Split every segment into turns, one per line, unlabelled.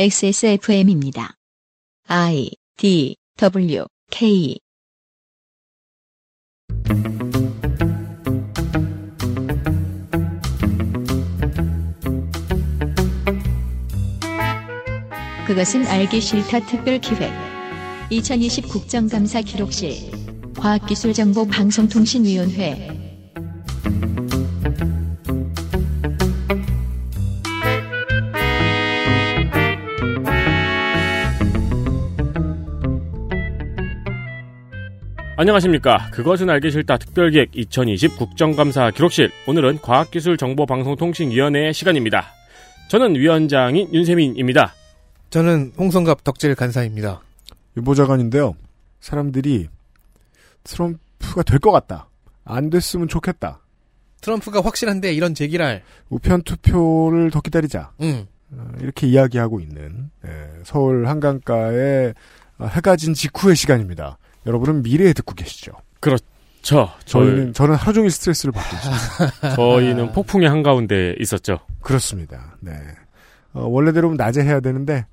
XSFM입니다. I D W K 그것은 알기 싫다 특별 기획 2020 국정감사 기록실 과학기술정보방송통신위원회
안녕하십니까. 그것은 알기 싫다 특별기획 2020 국정감사 기록실. 오늘은 과학기술정보방송통신위원회의 시간입니다. 저는 위원장인 윤세민입니다.
저는 홍성갑 덕질 간사입니다.
유보자관인데요. 사람들이 트럼프가 될 것 같다. 안 됐으면 좋겠다.
트럼프가 확실한데 이런 제기랄.
우편 투표를 더 기다리자.
음.
어, 이렇게 이야기하고 있는 예, 서울 한강가의 아, 해가 진 직후의 시간입니다. 여러분은 미래에 듣고 계시죠.
저,
저희는 저는 하루 종일 스트레스를 받고 있습니다.
저희는 폭풍의 한가운데 있었죠.
그렇습니다. 네. 어, 원래대로면 낮에 해야 되는데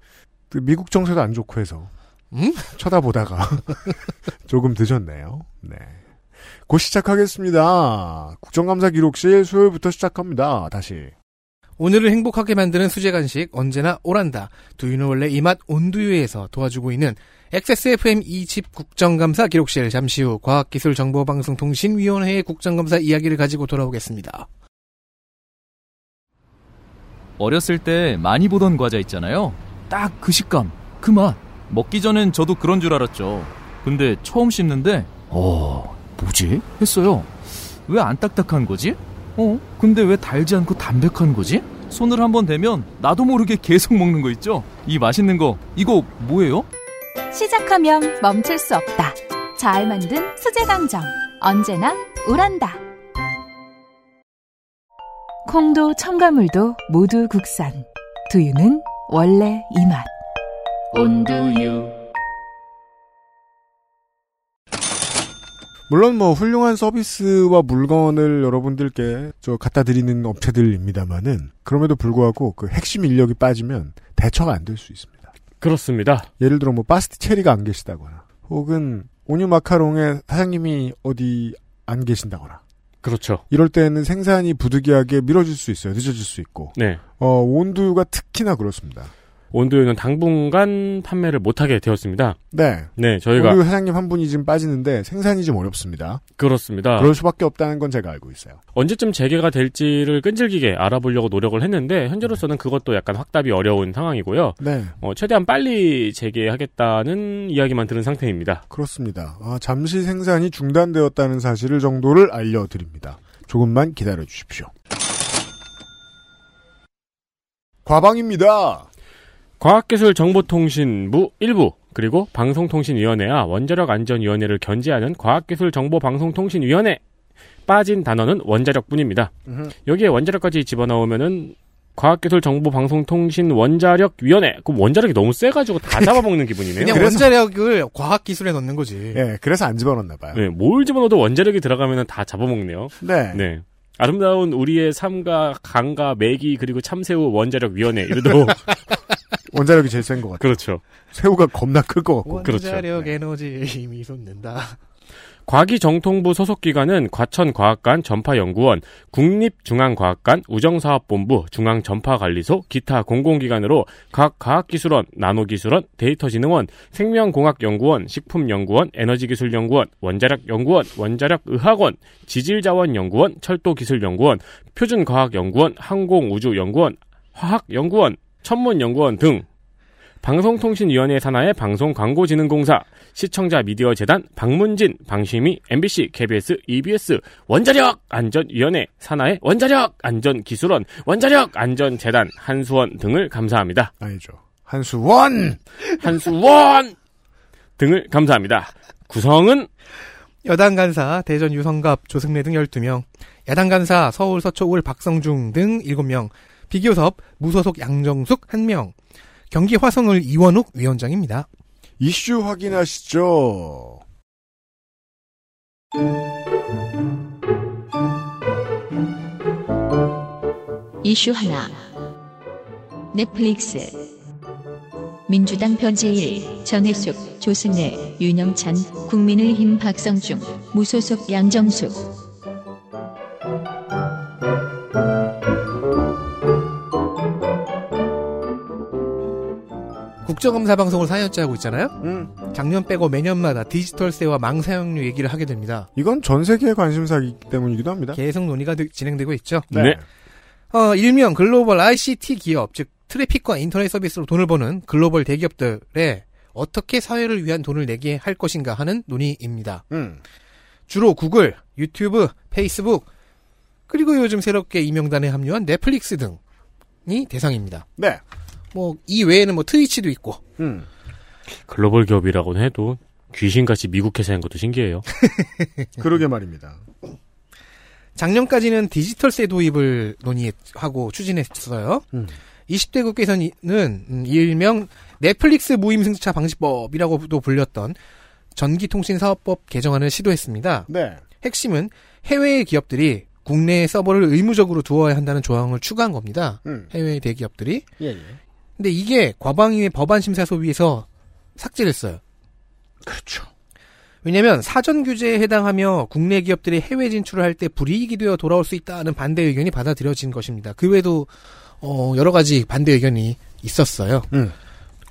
그 미국 정세도 안 좋고 해서
음?
쳐다보다가 조금 늦었네요. 네. 곧 시작하겠습니다. 국정감사 기록실 수요일부터 시작합니다. 다시.
오늘을 행복하게 만드는 수제 간식 언제나 오란다. 두유는 원래 이맛 온두유에서 도와주고 있는 XSFM 2집 국정감사 기록실 잠시 후 과학기술정보방송통신위원회의 국정감사 이야기를 가지고 돌아오겠습니다.
어렸을 때 많이 보던 과자 있잖아요. 딱 그 식감, 그 맛. 먹기 전엔 저도 그런 줄 알았죠. 근데 처음 씹는데, 어, 뭐지? 했어요. 왜 안 딱딱한 거지? 어, 근데 왜 달지 않고 담백한 거지? 손을 한번 대면 나도 모르게 계속 먹는 거 있죠? 이 맛있는 거, 이거 뭐예요?
시작하면 멈출 수 없다. 잘 만든 수제 강정. 언제나 우란다. 콩도 첨가물도 모두 국산. 두유는 원래 이 맛. 온두유.
물론 뭐 훌륭한 서비스와 물건을 여러분들께 저 갖다 드리는 업체들입니다만은 그럼에도 불구하고 그 핵심 인력이 빠지면 대처가 안 될 수 있습니다.
그렇습니다.
예를 들어 뭐 바스티체리가 안 계시다거나 혹은 온유 마카롱의 사장님이 어디 안 계신다거나
그렇죠.
이럴 때는 생산이 부득이하게 미뤄질 수 있어요. 늦어질 수 있고
네.
어, 온두유가 특히나 그렇습니다.
온두유는 당분간 판매를 못하게 되었습니다.
네.
네, 저희가
온두유 사장님 한 분이 지금 빠지는데 생산이 좀 어렵습니다.
그렇습니다.
그럴 수밖에 없다는 건 제가 알고 있어요.
언제쯤 재개가 될지를 끈질기게 알아보려고 노력을 했는데 현재로서는 그것도 약간 확답이 어려운 상황이고요.
네.
어, 최대한 빨리 재개하겠다는 이야기만 들은 상태입니다.
그렇습니다. 아, 잠시 생산이 중단되었다는 사실을 정도를 알려드립니다. 조금만 기다려 주십시오. 과방입니다.
과학기술정보통신부 일부 그리고 방송통신위원회와 원자력안전위원회를 견제하는 과학기술정보방송통신위원회 빠진 단어는 원자력뿐입니다. 여기에 원자력까지 집어넣으면은 과학기술정보방송통신 원자력위원회 그럼 원자력이 너무 세가지고 다 잡아먹는 기분이네요.
그냥 원자력을 과학기술에 넣는 거지.
예, 그래서 안 집어넣나 봐요.
네, 뭘 집어넣어도 원자력이 들어가면 다 잡아먹네요.
네.
네. 아름다운 우리의 삶과 강과 매기 그리고 참새우 원자력위원회 이래도
원자력이 제일 센 것 같아요.
그렇죠.
새우가 겁나 클 것 같고.
그렇죠.
원자력 에너지에 힘이 솟는다.
과기정통부 소속기관은 과천과학관 전파연구원, 국립중앙과학관 우정사업본부 중앙전파관리소 기타 공공기관으로 각 과학기술원, 나노기술원, 데이터진흥원, 생명공학연구원, 식품연구원, 에너지기술연구원, 원자력연구원, 원자력의학원, 지질자원연구원, 철도기술연구원, 표준과학연구원, 항공우주연구원, 화학연구원, 천문연구원 등 방송통신위원회 산하의 방송광고진흥공사, 시청자 미디어 재단 박문진, 방심이, MBC, KBS, EBS 원자력 안전위원회 산하의 원자력 안전기술원, 원자력 안전재단 한수원 등을 감사합니다.
아니죠. 한수원!
한수원 등을 감사합니다. 구성은
여당 간사 대전 유성갑 조승래 등 12명, 야당 간사 서울 서초 울 박성중 등 7명, 비교섭 무소속 양정숙 1명, 경기 화성을 이원욱 위원장입니다.
이슈 확인하시죠.
이슈 하나 넷플릭스 민주당 변재일, 전혜숙, 조승래, 윤영찬, 국민의힘 박성중, 무소속 양정숙.
국정감사 방송을 4년째 하고 있잖아요.
음.
작년 빼고 매년마다 디지털세와 망사용료 얘기를 하게 됩니다.
이건 전 세계의 관심사이기 때문이기도 합니다.
계속 논의가 되- 진행되고 있죠.
네.
어, 일명 글로벌 ICT 기업, 즉 트래픽과 인터넷 서비스로 돈을 버는 글로벌 대기업들에 어떻게 사회를 위한 돈을 내게 할 것인가 하는 논의입니다.
음.
주로 구글, 유튜브, 페이스북, 그리고 요즘 새롭게 이 명단에 합류한 넷플릭스 등이 대상입니다.
네.
뭐 이 외에는 뭐 트위치도 있고
음.
글로벌 기업이라고는 해도 귀신같이 미국 회사인 것도 신기해요.
그러게 말입니다.
작년까지는 디지털세 도입을 논의하고 추진했어요.
음.
20대 국회에서는 일명 넷플릭스 무임 승차 방지법이라고도 불렸던 전기통신사업법 개정안을 시도했습니다.
네.
핵심은 해외의 기업들이 국내에 서버를 의무적으로 두어야 한다는 조항을 추가한 겁니다.
음.
해외 대기업들이.
예, 예.
근데 이게 과방위의 법안심사 소위에서 삭제됐어요.
그렇죠.
왜냐면 하 사전 규제에 해당하며 국내 기업들이 해외 진출을 할 때 불이익이 되어 돌아올 수 있다는 반대 의견이 받아들여진 것입니다. 그 외에도 어, 여러 가지 반대 의견이 있었어요.
음.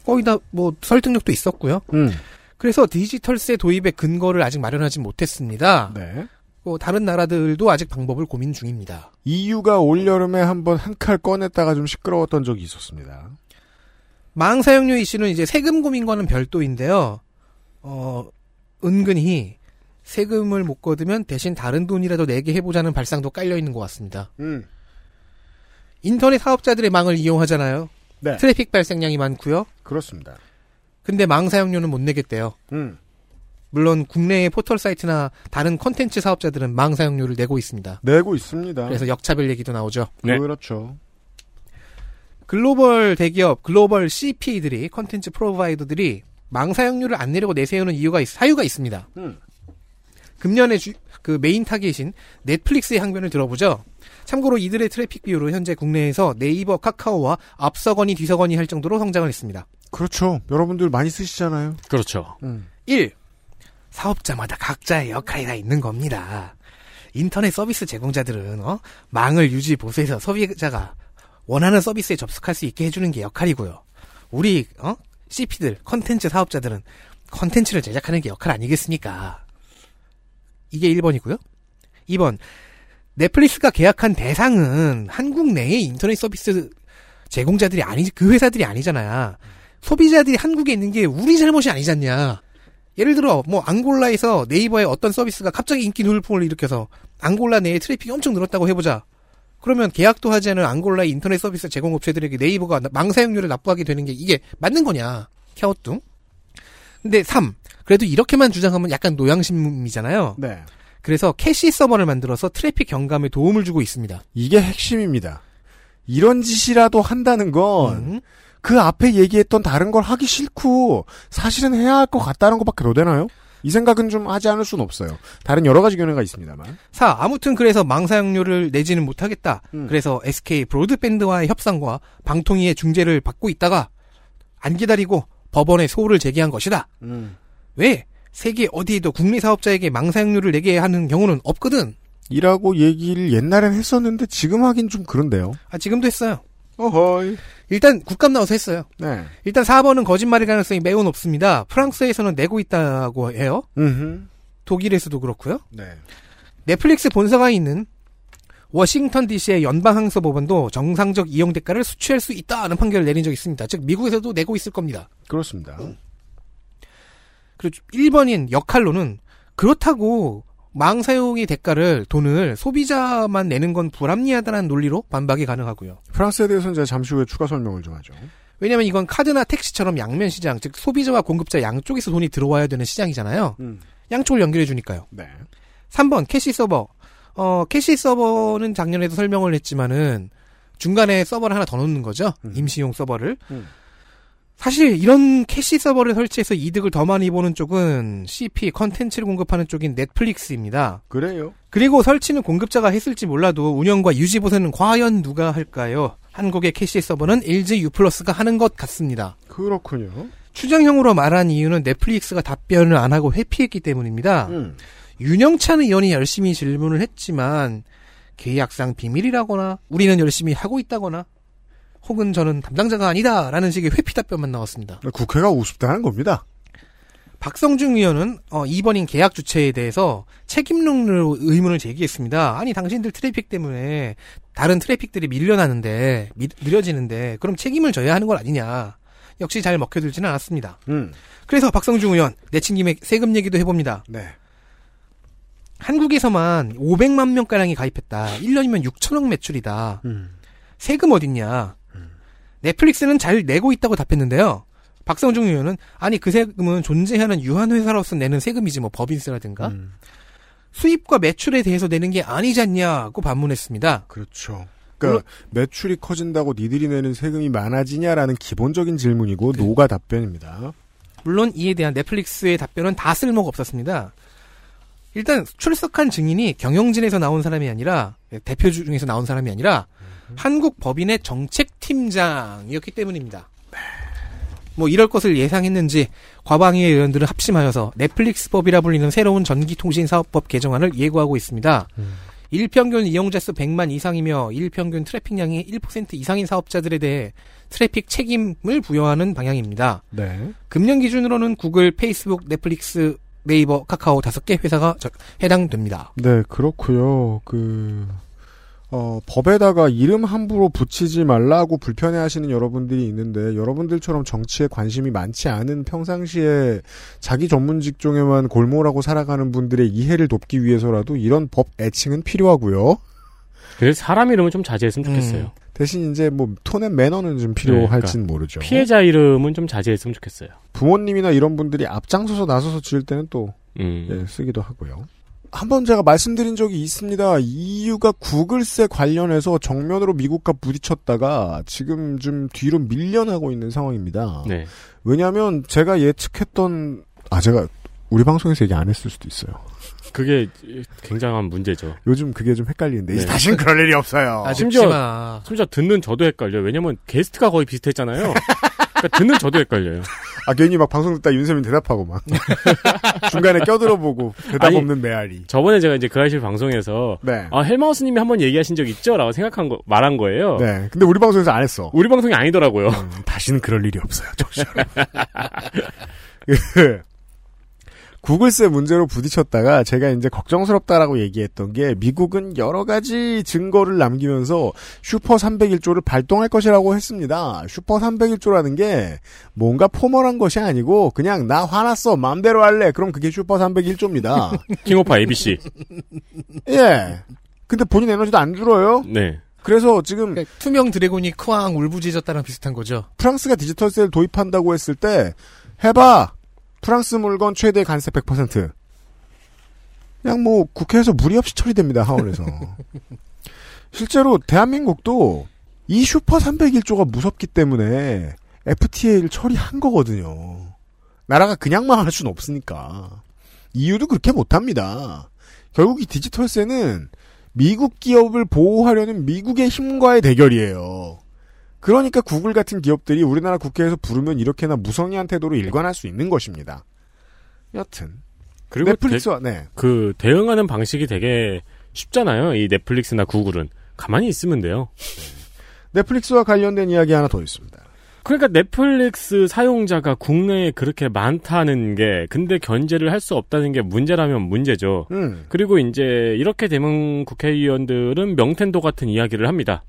거의 다 뭐 설득력도 있었고요.
음.
그래서 디지털세 도입의 근거를 아직 마련하지 못했습니다.
네.
뭐 다른 나라들도 아직 방법을 고민 중입니다.
EU가 올 여름에 한번 한 칼 꺼냈다가 좀 시끄러웠던 적이 있었습니다.
망 사용료 이슈는 이제 세금 고민과는 별도인데요. 어, 은근히 세금을 못 거두면 대신 다른 돈이라도 내게 해보자는 발상도 깔려 있는 것 같습니다.
음.
인터넷 사업자들의 망을 이용하잖아요.
네.
트래픽 발생량이 많고요.
그렇습니다.
근데 망 사용료는 못 내겠대요.
음.
물론 국내의 포털 사이트나 다른 컨텐츠 사업자들은 망 사용료를 내고 있습니다.
내고 있습니다.
그래서 역차별 얘기도 나오죠.
네.
그렇죠.
글로벌 대기업, 글로벌 CP들이 컨텐츠 프로바이더들이 망 사용료를 안 내려고 내세우는 이유가 있- 사유가 있습니다.
음.
금년에 주- 그 메인 타겟인 넷플릭스의 항변을 들어보죠. 참고로 이들의 트래픽 비율은 현재 국내에서 네이버, 카카오와 앞서거니 뒤서거니 할 정도로 성장을 했습니다.
그렇죠. 여러분들 많이 쓰시잖아요.
그렇죠.
음.
1. 사업자마다 각자의 역할이 다 있는 겁니다. 인터넷 서비스 제공자들은 어? 망을 유지 보수해서 소비자가 원하는 서비스에 접속할 수 있게 해주는 게 역할이고요. 우리 어? CP들 컨텐츠 사업자들은 컨텐츠를 제작하는 게 역할 아니겠습니까? 이게 1번이고요. 2번 넷플릭스가 계약한 대상은 한국 내의 인터넷 서비스 제공자들이 아니지 그 회사들이 아니잖아요. 소비자들이 한국에 있는 게 우리 잘못이 아니잖냐. 예를 들어 뭐 앙골라에서 네이버의 어떤 서비스가 갑자기 인기 돌풍을 일으켜서 앙골라 내에 트래픽이 엄청 늘었다고 해보자. 그러면 계약도 하지 않은 앙골라의 인터넷 서비스 제공업체들에게 네이버가 나- 망사용료를 납부하게 되는 게 이게 맞는 거냐. 캬오뚱. 근데 3. 그래도 이렇게만 주장하면 약간 노양심이잖아요.
네.
그래서 캐시 서버를 만들어서 트래픽 경감에 도움을 주고 있습니다.
이게 핵심입니다. 이런 짓이라도 한다는 건
음.
그 앞에 얘기했던 다른 걸 하기 싫고 사실은 해야 할 것 같다는 것밖에 더 되나요? 이 생각은 좀 하지 않을 수는 없어요. 다른 여러 가지 견해가 있습니다만.
4. 아무튼 그래서 망사용료를 내지는 못하겠다.
음.
그래서 SK 브로드밴드와의 협상과 방통위의 중재를 받고 있다가 안 기다리고 법원에 소를 제기한 것이다. 왜? 세계 어디에도 국내 사업자에게 망사용료를 내게 하는 경우는 없거든.
이라고 얘기를 옛날엔 했었는데 지금 하긴 좀 그런데요.
아, 지금도 했어요.
어허이.
일단 국감 나와서 했어요.
네.
일단 4번은 거짓말일 가능성이 매우 높습니다. 프랑스에서는 내고 있다고 해요.
음.
독일에서도 그렇고요.
네.
넷플릭스 본사가 있는 워싱턴 DC의 연방항소법원도 정상적 이용 대가를 수취할 수 있다는 판결을 내린 적이 있습니다. 즉 미국에서도 내고 있을 겁니다.
그렇습니다.
그리고 1번인 역할로는 그렇다고 망 사용의 대가를 돈을 소비자만 내는 건 불합리하다는 논리로 반박이 가능하고요.
프랑스에 대해서는 제가 잠시 후에 추가 설명을 좀 하죠.
왜냐하면 이건 카드나 택시처럼 양면 시장, 즉 소비자와 공급자 양쪽에서 돈이 들어와야 되는 시장이잖아요.
음.
양쪽을 연결해 주니까요.
네.
3번 캐시 서버. 어, 캐시 서버는 작년에도 설명을 했지만은 중간에 서버를 하나 더 넣는 거죠.
음.
임시용 서버를.
음.
사실 이런 캐시 서버를 설치해서 이득을 더 많이 보는 쪽은 CP 컨텐츠를 공급하는 쪽인 넷플릭스입니다.
그래요.
그리고 설치는 공급자가 했을지 몰라도 운영과 유지 보수는 과연 누가 할까요? 한국의 캐시 서버는 LG U+가 하는 것 같습니다.
그렇군요.
추정형으로 말한 이유는 넷플릭스가 답변을 안 하고 회피했기 때문입니다.
음.
윤영찬 의원이 열심히 질문을 했지만 계약상 비밀이라거나 우리는 열심히 하고 있다거나 혹은 저는 담당자가 아니다라는 식의 회피 답변만 나왔습니다.
국회가 우습다는 겁니다.
박성중 의원은 어, 2번인 계약 주체에 대해서 책임론으로 의문을 제기했습니다. 아니 당신들 트래픽 때문에 다른 트래픽들이 밀려나는데 미- 느려지는데 그럼 책임을 져야 하는 건 아니냐. 역시 잘 먹혀들지는 않았습니다.
음.
그래서 박성중 의원 내친 김에 세금 얘기도 해봅니다.
네.
한국에서만 500만 명가량이 가입했다. 1년이면 6천억 매출이다.
음.
세금 어딨냐? 넷플릭스는 잘 내고 있다고 답했는데요. 박성중 의원은 아니 그 세금은 존재하는 유한회사로서 내는 세금이지 뭐 법인세라든가
음.
수입과 매출에 대해서 내는 게 아니잖냐고 반문했습니다.
그렇죠. 그러니까 매출이 커진다고 니들이 내는 세금이 많아지냐라는 기본적인 질문이고 노가 답변입니다.
물론 이에 대한 넷플릭스의 답변은 다 쓸모가 없었습니다. 일단 출석한 증인이 경영진에서 나온 사람이 아니라 예, 대표 중에서 나온 사람이 아니라 한국 법인의 정책팀장이었기 때문입니다. 뭐 이럴 것을 예상했는지 과방위의 의원들은 합심하여서 넷플릭스법이라 불리는 새로운 전기통신사업법 개정안을 예고하고 있습니다. 일평균 이용자 수 100만 이상이며 일평균 트래픽량이 1% 이상인 사업자들에 대해 트래픽 책임을 부여하는 방향입니다.
네.
금년 기준으로는 구글, 페이스북, 넷플릭스, 네이버, 카카오 다섯 개 회사가 저- 해당됩니다.
네, 그렇고요. 그 어, 법에다가 이름 함부로 붙이지 말라고 불편해하시는 여러분들이 있는데 여러분들처럼 정치에 관심이 많지 않은 평상시에 자기 전문 직종에만 골몰하고 살아가는 분들의 이해를 돕기 위해서라도 이런 법 애칭은 필요하고요.
그래서 사람 이름은 좀 자제했으면 좋겠어요.
음.
대신 이제 뭐 톤앤 매너는 좀
네,
필요할진 모르죠.
피해자 이름은 좀 자제했으면 좋겠어요.
부모님이나 이런 분들이 앞장서서 나서서 지을 때는 또
음.
예, 쓰기도 하고요. 한 번 제가 말씀드린 적이 있습니다. EU가 구글세 관련해서 정면으로 미국과 부딪혔다가 지금 좀 뒤로 밀려나고 있는 상황입니다.
네.
왜냐하면 제가 예측했던 아 제가 우리 방송에서 얘기 안 했을 수도 있어요.
그게 굉장한 문제죠.
요즘 그게 좀 헷갈리는데
네.
이제 다시는 그럴 일이 없어요.
아,
심지어-
심지어
심지어 듣는 저도 헷갈려요. 왜냐면 게스트가 거의 비슷했잖아요. 그러니까 듣는 저도 헷갈려요.
아 괜히 막 방송 듣다 윤세민 대답하고 막 중간에 껴들어보고 대답
아니,
없는 메아리.
저번에 제가 이제 그 아실 방송에서
네.
아, 헬마우스님이 한번 얘기하신 적 있죠?라고 생각한 거 말한 거예요.
네. 근데 우리 방송에서 안 했어.
우리 방송이 아니더라고요.
음, 다시는 그럴 일이 없어요, 정신 여러분. 구글세 문제로 부딪혔다가 제가 이제 걱정스럽다라고 얘기했던 게 미국은 여러 가지 증거를 남기면서 슈퍼 301조를 발동할 것이라고 했습니다. 슈퍼 301조라는 게 뭔가 포멀한 것이 아니고 그냥 나 화났어 마음대로 할래 그럼 그게 슈퍼 301조입니다.
킹오파 ABC.
예. 근데 본인 에너지도 안 줄어요.
네.
그래서 지금
그러니까 투명 드래곤이 크왕 울부짖었다랑 비슷한 거죠.
프랑스가 디지털세를 도입한다고 했을 때 해봐 프랑스 물건 최대 관세 100% 그냥 뭐 국회에서 무리 없이 처리됩니다 하원에서 실제로 대한민국도 이 슈퍼 301조가 무섭기 때문에 FTA를 처리한 거거든요 나라가 그냥만 할 수는 없으니까 EU도 그렇게 못합니다 결국 이 디지털세는 미국 기업을 보호하려는 미국의 힘과의 대결이에요 그러니까 구글 같은 기업들이 우리나라 국회에서 부르면 이렇게나 무성의한 태도로 일관할 수 있는 것입니다. 여튼
그리고
넷플릭스와 네.
대, 그 대응하는 방식이 되게 쉽잖아요. 이 넷플릭스나 구글은 가만히 있으면 돼요.
넷플릭스와 관련된 이야기 하나 더 있습니다.
그러니까 넷플릭스 사용자가 국내에 그렇게 많다는 게 근데 견제를 할 수 없다는 게 문제라면 문제죠.
음.
그리고 이제 이렇게 되면 국회의원들은 명텐도 같은 이야기를 합니다.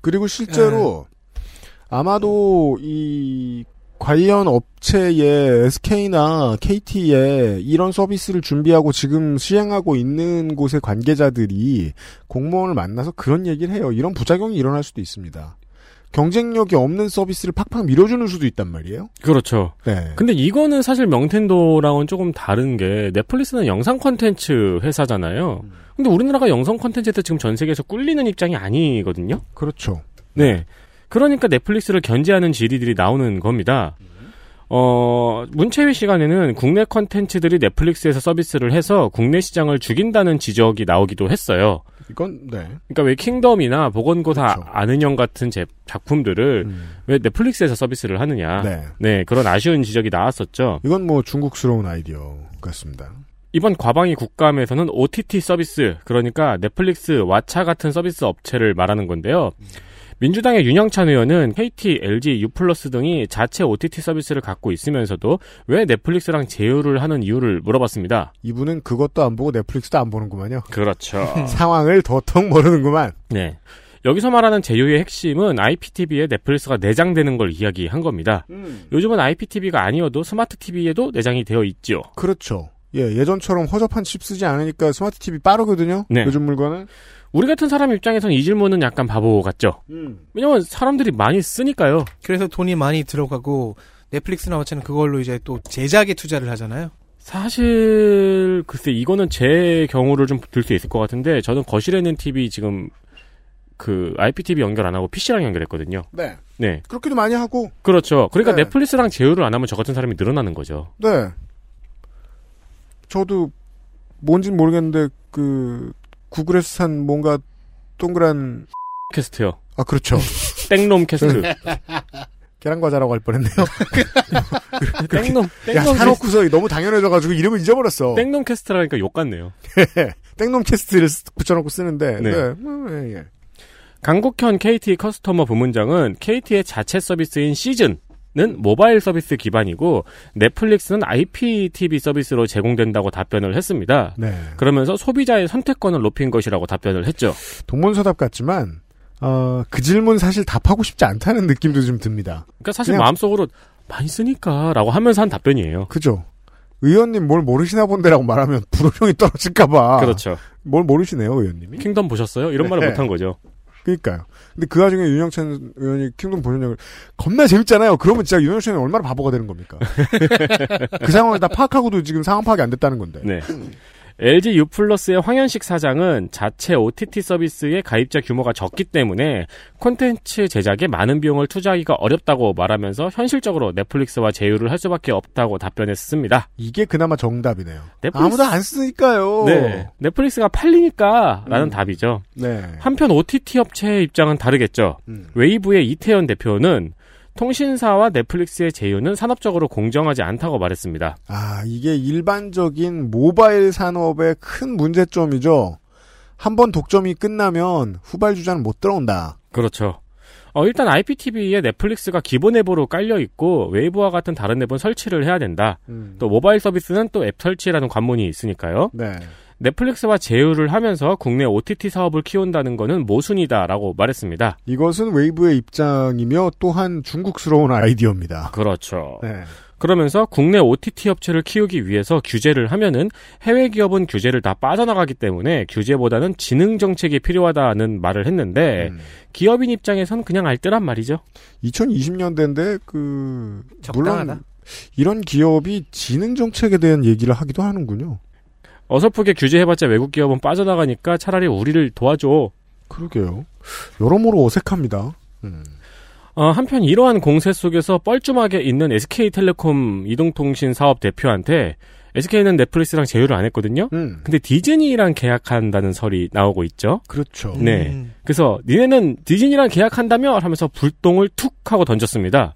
그리고 실제로
네.
아마도 이 관련 업체의 SK나 KT에 이런 서비스를 준비하고 지금 시행하고 있는 곳의 관계자들이 공무원을 만나서 그런 얘기를 해요. 이런 부작용이 일어날 수도 있습니다. 경쟁력이 없는 서비스를 팍팍 밀어주는 수도 있단 말이에요.
그렇죠.
네.
근데 이거는 사실 명텐도랑은 조금 다른 게 넷플릭스는 영상 콘텐츠 회사잖아요. 근데 우리나라가 영상 콘텐츠에 지금 전 세계에서 꿀리는 입장이 아니거든요.
그렇죠.
네. 그러니까 넷플릭스를 견제하는 질의들이 나오는 겁니다. 어, 문체위 시간에는 국내 컨텐츠들이 넷플릭스에서 서비스를 해서 국내 시장을 죽인다는 지적이 나오기도 했어요.
이건 네.
그러니까 왜 킹덤이나 보건고사
그렇죠.
아는형 같은 제, 작품들을
음.
왜 넷플릭스에서 서비스를 하느냐.
네.
네, 그런 아쉬운 지적이 나왔었죠.
이건 뭐 중국스러운 아이디어 같습니다.
이번 과방위 국감에서는 OTT 서비스, 그러니까 넷플릭스, 왓챠 같은 서비스 업체를 말하는 건데요. 민주당의 윤영찬 의원은 KT, LG, U 등이 자체 OTT 서비스를 갖고 있으면서도 왜 넷플릭스랑 제휴를 하는 이유를 물어봤습니다.
이분은 그것도 안 보고 넷플릭스도 안 보는구만요.
그렇죠.
아. 상황을 도통 모르는구만.
네. 여기서 말하는 제휴의 핵심은 IPTV에 넷플릭스가 내장되는 걸 이야기한 겁니다. 요즘은 IPTV가 아니어도 스마트 TV에도 내장이 되어 있죠.
그렇죠. 예, 예전처럼 허접한 칩 쓰지 않으니까 스마트 TV 빠르거든요.
네.
요즘 물건은.
우리 같은 사람 입장에선 이 질문은 약간 바보 같죠. 왜냐면 사람들이 많이 쓰니까요.
그래서 돈이 많이 들어가고 넷플릭스나 마찬가지는 그걸로 이제 또 제작에 투자를 하잖아요.
사실 글쎄 이거는 제 경우를 좀 들 수 있을 것 같은데 저는 거실에 있는 TV 지금 그 IPTV 연결 안 하고 PC랑 연결했거든요.
네.
네,
그렇게도 많이 하고.
그렇죠. 그러니까
네.
넷플릭스랑 제휴를 안 하면 저 같은 사람이 늘어나는 거죠.
네. 저도 뭔진 모르겠는데 그 구글에서 산 뭔가 동그란
캐스트요.
아 그렇죠.
땡놈 캐스트.
네. 계란 과자라고 할 뻔했네요.
땡놈.
야
땡놈. 캐스트.
사놓고서 너무 당연해져가지고 이름을 잊어버렸어.
땡놈 캐스트라니까 욕 같네요.
예, 땡놈 캐스트를 쓰- 붙여놓고 쓰는데.
네.
네. 음, 예, 예.
강국현 KT 커스터머 부문장은 KT의 자체 서비스인 시즌. 는 모바일 서비스 기반이고 넷플릭스는 IPTV 서비스로 제공된다고 답변을 했습니다.
네.
그러면서 소비자의 선택권을 높인 것이라고 답변을 했죠.
동문서답 같지만 어, 그 질문 사실 답하고 싶지 않다는 느낌도 좀 듭니다.
그러니까 사실
그냥-
마음속으로 많이 쓰니까라고 하면서 한 답변이에요.
그죠? 의원님 뭘 모르시나 본데라고 말하면 불호령이 떨어질까봐.
그렇죠.
뭘 모르시네요, 의원님이.
킹덤 보셨어요? 이런 말을
아. 네.
못한 거죠.
그니까요. 근데 그 와중에 윤영찬 의원이 킹덤 본연역을 겁나 재밌잖아요. 그러면 진짜 윤영찬이 얼마나 바보가 되는 겁니까? 그 상황을 다 파악하고도 지금 상황 파악이 안 됐다는 건데.
네. LG U+의 황현식 사장은 자체 OTT 서비스의 가입자 규모가 적기 때문에 콘텐츠 제작에 많은 비용을 투자하기가 어렵다고 말하면서 현실적으로 넷플릭스와 제휴를 할 수밖에 없다고 답변했습니다.
이게 그나마 정답이네요.
넷플릭스-
아무도 안 쓰니까요.
네. 넷플릭스가 팔리니까라는
음.
답이죠.
네.
한편 OTT 업체의 입장은 다르겠죠.
음.
웨이브의 이태현 대표는 통신사와 넷플릭스의 제휴는 산업적으로 공정하지 않다고 말했습니다.
아, 이게 일반적인 모바일 산업의 큰 문제점이죠. 한 번 독점이 끝나면 후발주자는 못 들어온다.
그렇죠. 어, 일단 IPTV에 넷플릭스가 기본 앱으로 깔려 있고 웨이브와 같은 다른 앱은 설치를 해야 된다.
음.
또 모바일 서비스는 또 앱 설치라는 관문이 있으니까요.
네.
넷플릭스와 제휴를 하면서 국내 OTT 사업을 키운다는 것은 모순이다라고 말했습니다.
이것은 웨이브의 입장이며 또한 중국스러운 아이디어입니다.
그렇죠.
네.
그러면서 국내 OTT 업체를 키우기 위해서 규제를 하면은 해외 기업은 규제를 다 빠져나가기 때문에 규제보다는 지능 정책이 필요하다는 말을 했는데
음.
기업인 입장에선 그냥 알뜰한 말이죠.
2020년대인데 그
적당하다.
물론 이런 기업이 지능 정책에 대한 얘기를 하기도 하는군요.
어설프게 규제해봤자 외국 기업은 빠져나가니까 차라리 우리를 도와줘.
그러게요. 여러모로 어색합니다. 음.
어, 한편 이러한 공세 속에서 뻘쭘하게 있는 SK텔레콤 이동통신 사업 대표한테 SK는 넷플릭스랑 제휴를 안 했거든요.
음.
근데 디즈니랑 계약한다는 설이 나오고 있죠.
그렇죠.
네.
음.
그래서 니네는 디즈니랑 계약한다며 하면서 불똥을 툭 하고 던졌습니다.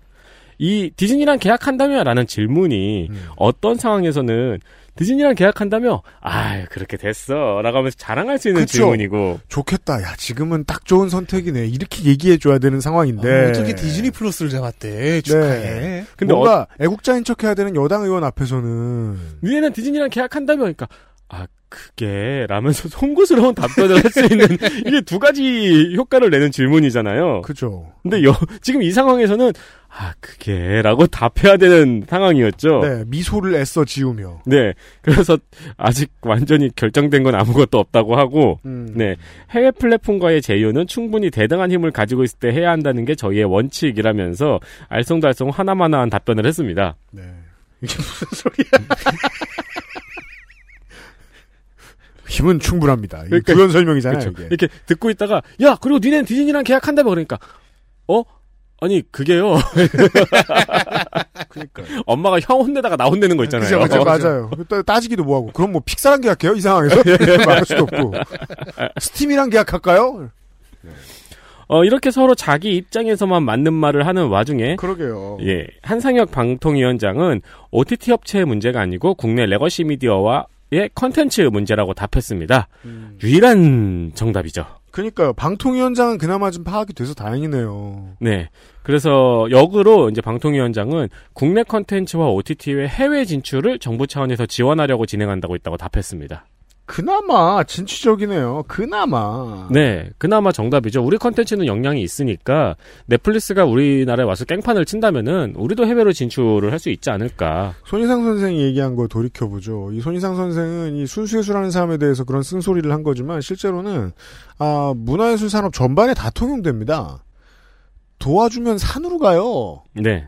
이 디즈니랑 계약한다며라는 질문이
음.
어떤 상황에서는 디즈니랑 계약한다며 아 그렇게 됐어라고 하면서 자랑할 수 있는
그쵸.
질문이고
좋겠다. 야, 지금은 딱 좋은 선택이네. 이렇게 얘기해줘야 되는 상황인데.
네.
아, 어떻게 디즈니 플러스를 잡았대 축하해.
근데 어,
뭔가 애국자인 척 해야 되는 여당 의원 앞에서는.
니네는 디즈니랑 계약한다며 그러니까 아 그게 라면서 송구스러운 답변을 할 수 있는 이게 두 가지 효과를 내는 질문이잖아요.
그죠.
근데 여- 지금 이 상황에는 아 그게라고 답해야 되는 상황이었죠.
네, 미소를 애써 지우며.
네. 그래서 아직 완전히 결정된 건 아무것도 없다고 하고
음.
네. 해외 플랫폼과의 제휴는 충분히 대등한 힘을 가지고 있을 때 해야 한다는 게 저희의 원칙이라면서 알쏭달쏭 하나마나한 답변을 했습니다.
네. 이게 무슨 소리야. 힘은 충분합니다. 이게
그러니까-
부연 설명이잖아요.
그렇죠.
이게.
이렇게 듣고 있다가 야 그리고 니네는 디즈니랑 계약한다며 그러니까 어 아니 그게요
그니까.
엄마가 형 혼내다가 나 혼내는 거 있잖아요.
그죠, 그죠, 맞아요. 따- 따지기도 뭐하고. 그럼 뭐 픽사랑 계약해요? 이 상황에서?
예,
말할 수도 없고. 스팀이랑 계약할까요?
어, 이렇게 서로 자기 입장에서만 맞는 말을 하는 와중에
그러게요.
예, 한상혁 방통위원장은 OTT 업체의 문제가 아니고 국내 레거시 미디어와의 컨텐츠 문제라고 답했습니다.
음.
유일한 정답이죠.
그니까요. 방통위원장은 그나마 좀 파악이 돼서 다행이네요.
네. 그래서 역으로 이제 방통위원장은 국내 컨텐츠와 OTT 외 해외 진출을 정부 차원에서 지원하려고 진행한다고 있다고 답했습니다.
그나마 진취적이네요. 그나마.
네. 그나마 정답이죠. 우리 컨텐츠는 역량이 있으니까 넷플릭스가 우리나라에 와서 깽판을 친다면은 우리도 해외로 진출을 할 수 있지 않을까.
손희상 선생이 얘기한 거 돌이켜보죠. 이 손희상 선생은 이 순수예술하는 사람에 대해서 그런 쓴소리를 한 거지만 실제로는 아 문화예술 산업 전반에 다 통용됩니다. 도와주면 산으로 가요.
네.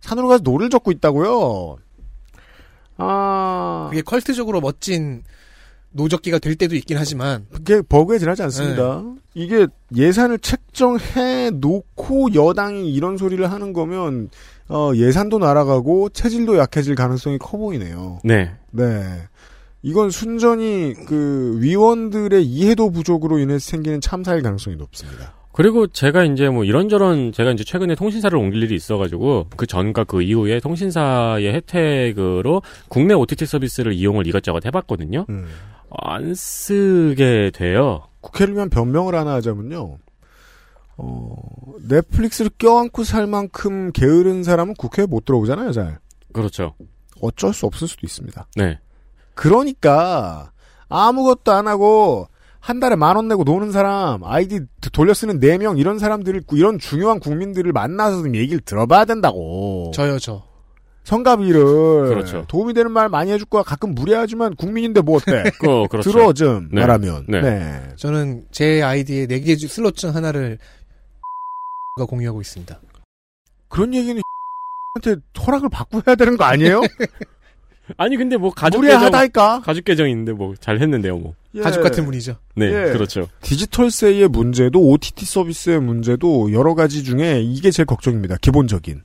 산으로 가서 노를 젓고 있다고요. 아
그게 컬트적으로 멋진 노적기가 될 때도 있긴 하지만
뭐.
그게 버그에 지나지 않습니다. 이게 예산을 책정해 놓고 여당이 이런 소리를 하는 거면 어, 예산도 날아가고 체질도 약해질 가능성이 커 보이네요.
네.
네. 이건 순전히 그 위원들의 이해도 부족으로 인해서 생기는 참사일 가능성이 높습니다.
그리고 제가 이제 뭐 이런저런 제가 이제 최근에 통신사를 옮길 일이 있어가지고 그 전과 그 이후에 통신사의 혜택으로 국내 OTT 서비스를 이용을 이것저것 해봤거든요. 안 쓰게 돼요.
음. 국회를 위한 변명을 하나 하자면요. 어, 넷플릭스를 껴안고 살 만큼 게으른 사람은 국회에 못 들어오잖아요, 잘.
그렇죠.
어쩔 수 없을 수도 있습니다.
네.
그러니까 아무것도 안 하고 한 달에 만 원 내고 노는 사람, 아이디 돌려 쓰는 네 명 이런 사람들을 이런 중요한 국민들을 만나서 좀 얘기를 들어봐야 된다고.
저요 저.
성가비를
그렇죠.
도움이 되는 말 많이 해줄 거야. 가끔 무례하지만 국민인데 뭐 어때?
그, 그렇죠.
들어 좀
네.
말하면. 네.
네.
저는 제 아이디에 네 개의 슬롯 중 하나를 가 공유하고 있습니다.
그런 얘기는 한테 허락을 받고 해야 되는 거 아니에요?
아니 근데 뭐 가족 계정
무례하다니까.
가족 계정인데 뭐 잘 했는데요 뭐.
예.
가족 같은 분이죠.
네.
예.
그렇죠.
디지털세의 문제도 OTT 서비스의 문제도 여러 가지 중에 이게 제일 걱정입니다. 기본적인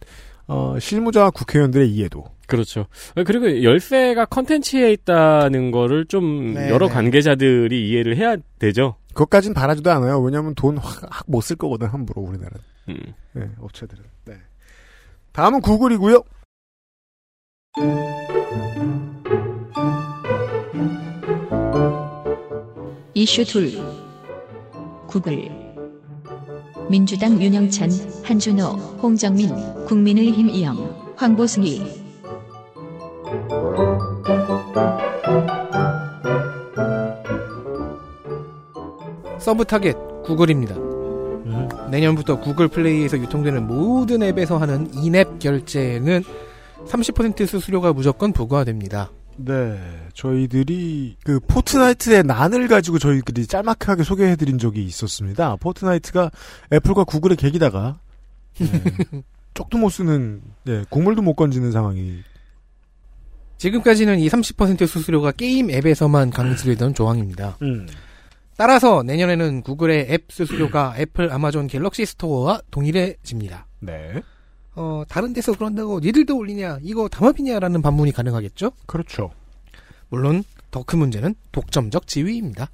어, 실무자와 국회의원들의 이해도.
그렇죠. 그리고 열쇠가 컨텐츠에 있다는 거를 좀
네,
여러
네.
관계자들이 이해를 해야 되죠.
그것까진 바라지도 않아요. 왜냐하면 돈 확 못 쓸 거거든 함부로 우리나라.
음.
네, 업체들은. 네. 다음은 구글이고요.
이슈 둘 구글 민주당 윤영찬, 한준호, 홍정민, 국민의힘 이영, 황보승이
서브 타겟 구글입니다. 내년부터 구글 플레이에서 유통되는 모든 앱에서 하는 인앱 결제는 30% 수수료가 무조건 부과됩니다.
네, 저희들이 그 포트나이트의 난을 가지고 저희들이 짤막하게 소개해드린 적이 있었습니다. 포트나이트가 애플과 구글의 계기다가 네, 쪽도 못 쓰는, 네, 국물도 못 건지는 상황이
지금까지는 이 30% 수수료가 게임 앱에서만 강제되던 조항입니다. 따라서 내년에는 구글의 앱 수수료가 애플, 아마존, 갤럭시 스토어와 동일해집니다.
네,
어, 다른 데서 그런다고 니들도 올리냐, 이거 담합이냐라는 반문이 가능하겠죠?
그렇죠.
물론 더 큰 문제는 독점적 지위입니다.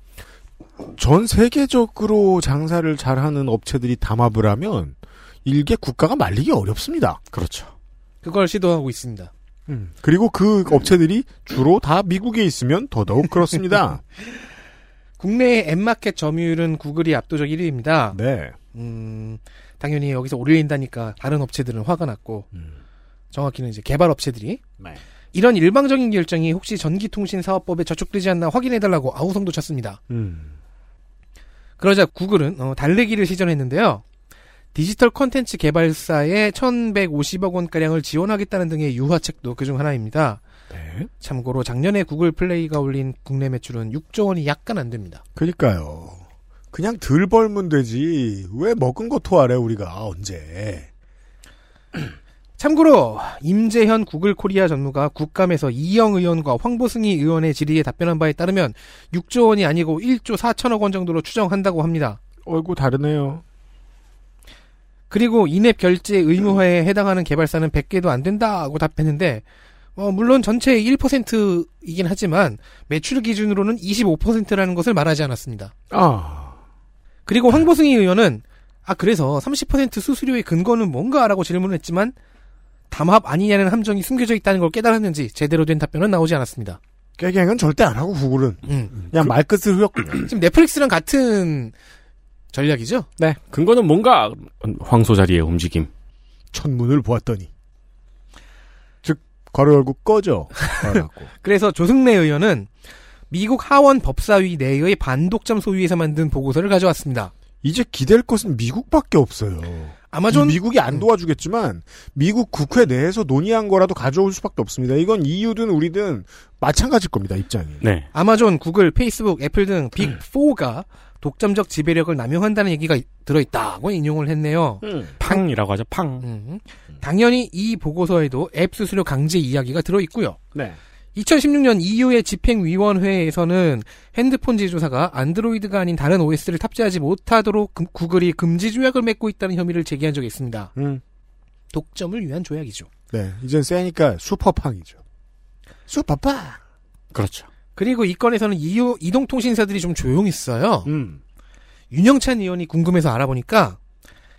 전 세계적으로 장사를 잘하는 업체들이 담합을 하면 일개 국가가 말리기 어렵습니다. 그렇죠.
그걸 시도하고 있습니다.
그리고 그 업체들이 주로 다 미국에 있으면 더더욱 그렇습니다.
국내의 앱마켓 점유율은 구글이 압도적 1위입니다.
네.
음, 당연히 여기서 올린다니까 다른 업체들은 화가 났고, 정확히는 이제 개발 업체들이 이런 일방적인 결정이 혹시 전기통신사업법에 저촉되지 않나 확인해달라고 아우성도 쳤습니다.
음.
그러자 구글은 어, 달래기를 시전했는데요. 디지털 콘텐츠 개발사에 1,150억 원가량을 지원하겠다는 등의 유화책도 그중 하나입니다.
네.
참고로 작년에 구글 플레이가 올린 국내 매출은 6조 원이 약간 안 됩니다.
그니까요. 그냥 덜 벌면 되지. 왜 먹은 거 토하래, 우리가, 언제.
참고로 임재현 구글 코리아 전무가 국감에서 이영 의원과 황보승희 의원의 질의에 답변한 바에 따르면 6조 원이 아니고 1조 4천억 원 정도로 추정한다고 합니다.
얼굴 다르네요.
그리고 인앱 결제 의무화에 해당하는 개발사는 100개도 안 된다고 답했는데 어, 물론 전체의 1%이긴 하지만 매출 기준으로는 25%라는 것을 말하지 않았습니다.
아,
그리고 황보승희 의원은 아 그래서 30% 수수료의 근거는 뭔가라고 질문했지만 담합 아니냐는 함정이 숨겨져 있다는 걸 깨달았는지 제대로 된 답변은 나오지 않았습니다.
깨갱은 절대 안 하고 구글은
음.
그냥 말끝을 흐렸군요.
지금 넷플릭스랑 같은 전략이죠?
네.
근거는 뭔가 황소 자리의 움직임.
천문을 보았더니 즉 괄호 열고 꺼져. 괄호 닫고.
그래서 조승래 의원은 미국 하원 법사위 내의 반독점 소위에서 만든 보고서를 가져왔습니다.
이제 기댈 것은 미국밖에 없어요.
아마존
이 미국이 안 도와주겠지만 미국 국회 내에서 논의한 거라도 가져올 수밖에 없습니다. 이건 EU든 우리든 마찬가지일 겁니다. 입장이.
네.
아마존, 구글, 페이스북, 애플 등 빅4가 독점적 지배력을 남용한다는 얘기가 이- 들어있다고 인용을 했네요.
팡이라고 하죠. 팡.
음. 당연히 이 보고서에도 앱 수수료 강제 이야기가 들어있고요.
네.
2016년 EU의 집행위원회에서는 핸드폰 제조사가 안드로이드가 아닌 다른 OS를 탑재하지 못하도록 금- 구글이 금지 조약을 맺고 있다는 혐의를 제기한 적이 있습니다.
음.
독점을 위한 조약이죠.
네. 이젠 세니까 슈퍼팡이죠. 슈퍼팡.
그렇죠.
그리고 이 건에서는 EU 이동통신사들이 좀 조용했어요.
음.
윤영찬 의원이 궁금해서 알아보니까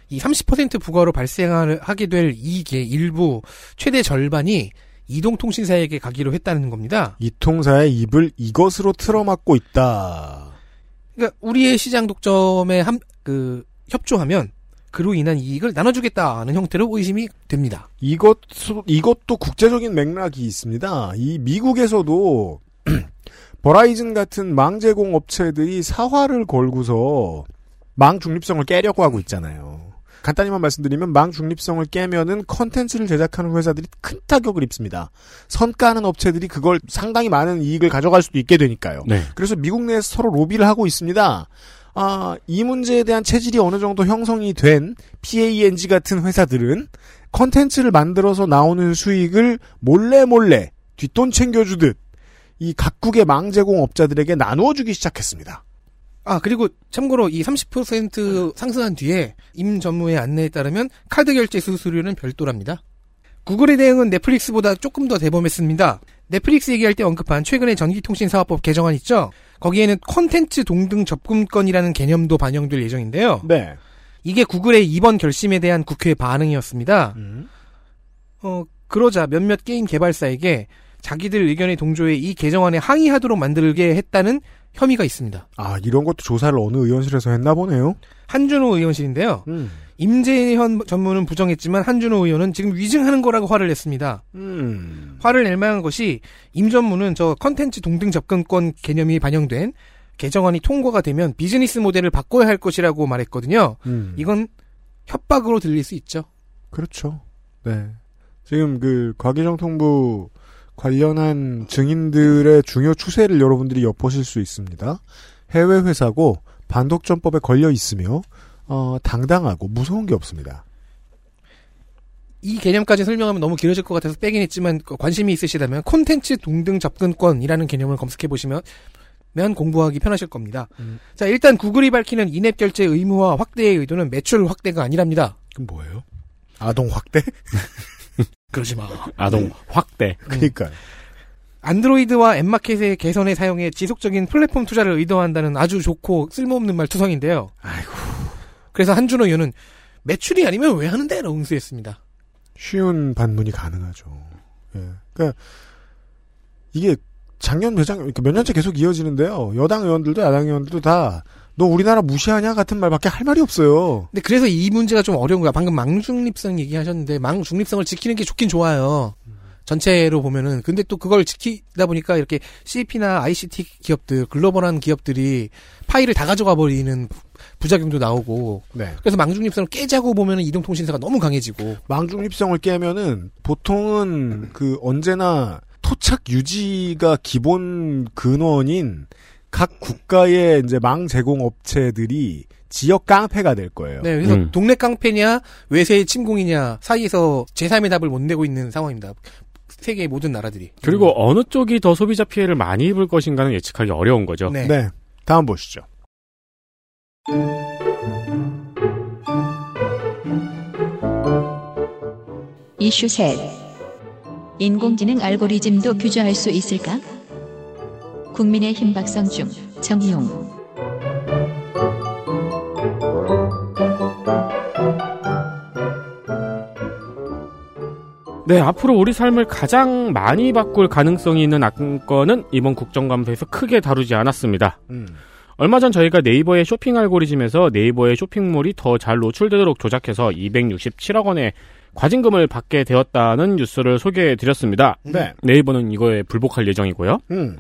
이 30% 부과로 발생하게 될 이익의 일부 최대 절반이 이동통신사에게 가기로 했다는 겁니다.
이 통사의 입을 이것으로 틀어막고 있다.
그러니까 우리의 시장 독점에 함, 그 협조하면 그로 인한 이익을 나눠주겠다는 형태로 의심이 됩니다.
이것 이것도 국제적인 맥락이 있습니다. 이 미국에서도 버라이즌 같은 망제공 업체들이 사활을 걸고서 망 중립성을 깨려고 하고 있잖아요. 간단히만 말씀드리면 망 중립성을 깨면은 컨텐츠를 제작하는 회사들이 큰 타격을 입습니다. 선가하는 업체들이 그걸 상당히 많은 이익을 가져갈 수도 있게 되니까요.
네.
그래서 미국 내에서 서로 로비를 하고 있습니다. 아, 이 문제에 대한 체질이 어느 정도 형성이 된 PANG 같은 회사들은 컨텐츠를 만들어서 나오는 수익을 몰래 몰래 뒷돈 챙겨주듯 이 각국의 망제공업자들에게 나누어주기 시작했습니다.
아 그리고 참고로 이 30% 상승한 뒤에 임 전무의 안내에 따르면 카드 결제 수수료는 별도랍니다. 구글의 대응은 넷플릭스보다 조금 더 대범했습니다. 넷플릭스 얘기할 때 언급한 최근의 전기통신사업법 개정안 있죠? 거기에는 콘텐츠 동등 접근권이라는 개념도 반영될 예정인데요.
네.
이게 구글의 이번 결심에 대한 국회 반응이었습니다.
음.
어, 그러자 몇몇 게임 개발사에게 자기들 의견에 동조해 이 개정안에 항의하도록 만들게 했다는 혐의가 있습니다.
아, 이런 것도 조사를 어느 의원실에서 했나 보네요.
한준호 의원실인데요.
음.
임재현 전무는 부정했지만 한준호 의원은 지금 위증하는 거라고 화를 냈습니다.
음.
화를 낼 만한 것이 임 전무는 저 컨텐츠 동등 접근권 개념이 반영된 개정안이 통과가 되면 비즈니스 모델을 바꿔야 할 것이라고 말했거든요.
음.
이건 협박으로 들릴 수 있죠.
그렇죠. 네. 지금 그 과기정통부 관련한 증인들의 중요 추세를 여러분들이 엿보실 수 있습니다. 해외 회사고 반독점법에 걸려 있으며 어, 당당하고 무서운 게 없습니다.
이 개념까지 설명하면 너무 길어질 것 같아서 빼긴 했지만 그 관심이 있으시다면 콘텐츠 동등 접근권이라는 개념을 검색해 보시면 면 공부하기 편하실 겁니다. 자 일단 구글이 밝히는 인앱 결제 의무화 확대의 의도는 매출 확대가 아니랍니다.
그럼 뭐예요? 음. 아동 확대?
그러지 마.
아동 확대.
음.
그러니까
안드로이드와 앱마켓의 개선에 사용해 지속적인 플랫폼 투자를 의도한다는 아주 좋고 쓸모없는 말 투성인데요.
아이고.
그래서 한준호 의원은 매출이 아니면 왜 하는데라고 응수했습니다.
쉬운 반문이 가능하죠. 예. 그러니까 이게 작년 몇, 장, 그러니까 몇 년째 계속 이어지는데요. 여당 의원들도 야당 의원들도 다 너 우리나라 무시하냐 같은 말밖에 할 말이 없어요.
근데 그래서 이 문제가 좀 어려운 거야. 방금 망중립성 얘기하셨는데 망중립성을 지키는 게 좋긴 좋아요. 전체로 보면은 근데 또 그걸 지키다 보니까 이렇게 CP나 ICT 기업들 글로벌한 기업들이 파일을 다 가져가 버리는 부- 부작용도 나오고
네.
그래서 망중립성을 깨자고 보면은 이동통신사가 너무 강해지고
망중립성을 깨면은 보통은 그 언제나 토착 유지가 기본 근원인 각 국가의 이제 망 제공 업체들이 지역 깡패가 될 거예요.
네 그래서
음.
동네 깡패냐 외세의 침공이냐 사이에서 제3의 답을 못 내고 있는 상황입니다. 세계의 모든 나라들이
그리고 어느 쪽이 더 소비자 피해를 많이 입을 것인가는 예측하기 어려운 거죠.
네.
네. 다음 보시죠.
이슈 셋. 인공지능 알고리즘도 규제할 수 있을까? 국민의힘 박성중, 정용.
네, 앞으로 우리 삶을 가장 많이 바꿀 가능성이 있는 안건은 이번 국정감사에서 크게 다루지 않았습니다.
음.
얼마 전 저희가 네이버의 쇼핑 알고리즘에서 네이버의 쇼핑몰이 더 잘 노출되도록 조작해서 267억 원의 과징금을 받게 되었다는 뉴스를 소개해 드렸습니다.
네.
네이버는 이거에 불복할 예정이고요.
음.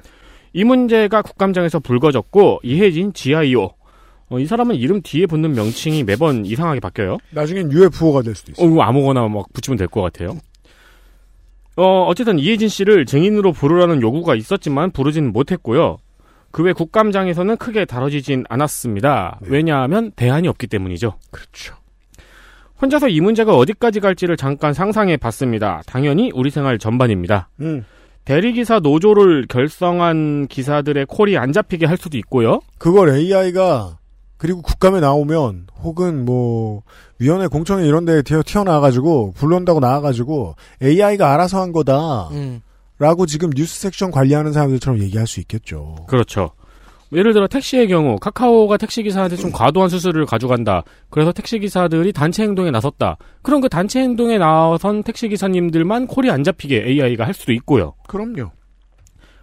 이 문제가 국감장에서 불거졌고 이혜진 GIO 어, 이 사람은 이름 뒤에 붙는 명칭이 매번 이상하게 바뀌어요.
나중엔 UFO가 될 수도
어,
있어요.
이거 아무거나 막 붙이면 될 것 같아요. 어, 어쨌든 이혜진 씨를 증인으로 부르라는 요구가 있었지만 부르진 못했고요. 그 외 국감장에서는 크게 다뤄지진 않았습니다.
네.
왜냐하면 대안이 없기 때문이죠.
그렇죠.
혼자서 이 문제가 어디까지 갈지를 잠깐 상상해 봤습니다. 당연히 우리 생활 전반입니다.
음.
대리기사 노조를 결성한 기사들의 콜이 안 잡히게 할 수도 있고요.
그걸 AI가 그리고 국감에 나오면 혹은 뭐 위원회 공청회 이런 데에 튀어 튀어나와가지고 불론다고 나와가지고 AI가 알아서 한 거다라고
음.
지금 뉴스 섹션 관리하는 사람들처럼 얘기할 수 있겠죠.
그렇죠. 예를 들어 택시의 경우 카카오가 택시기사한테 좀 과도한 수수료를 가져간다. 그래서 택시기사들이 단체 행동에 나섰다. 그럼 그 단체 행동에 나선 택시기사님들만 콜이 안 잡히게 AI가 할 수도 있고요.
그럼요.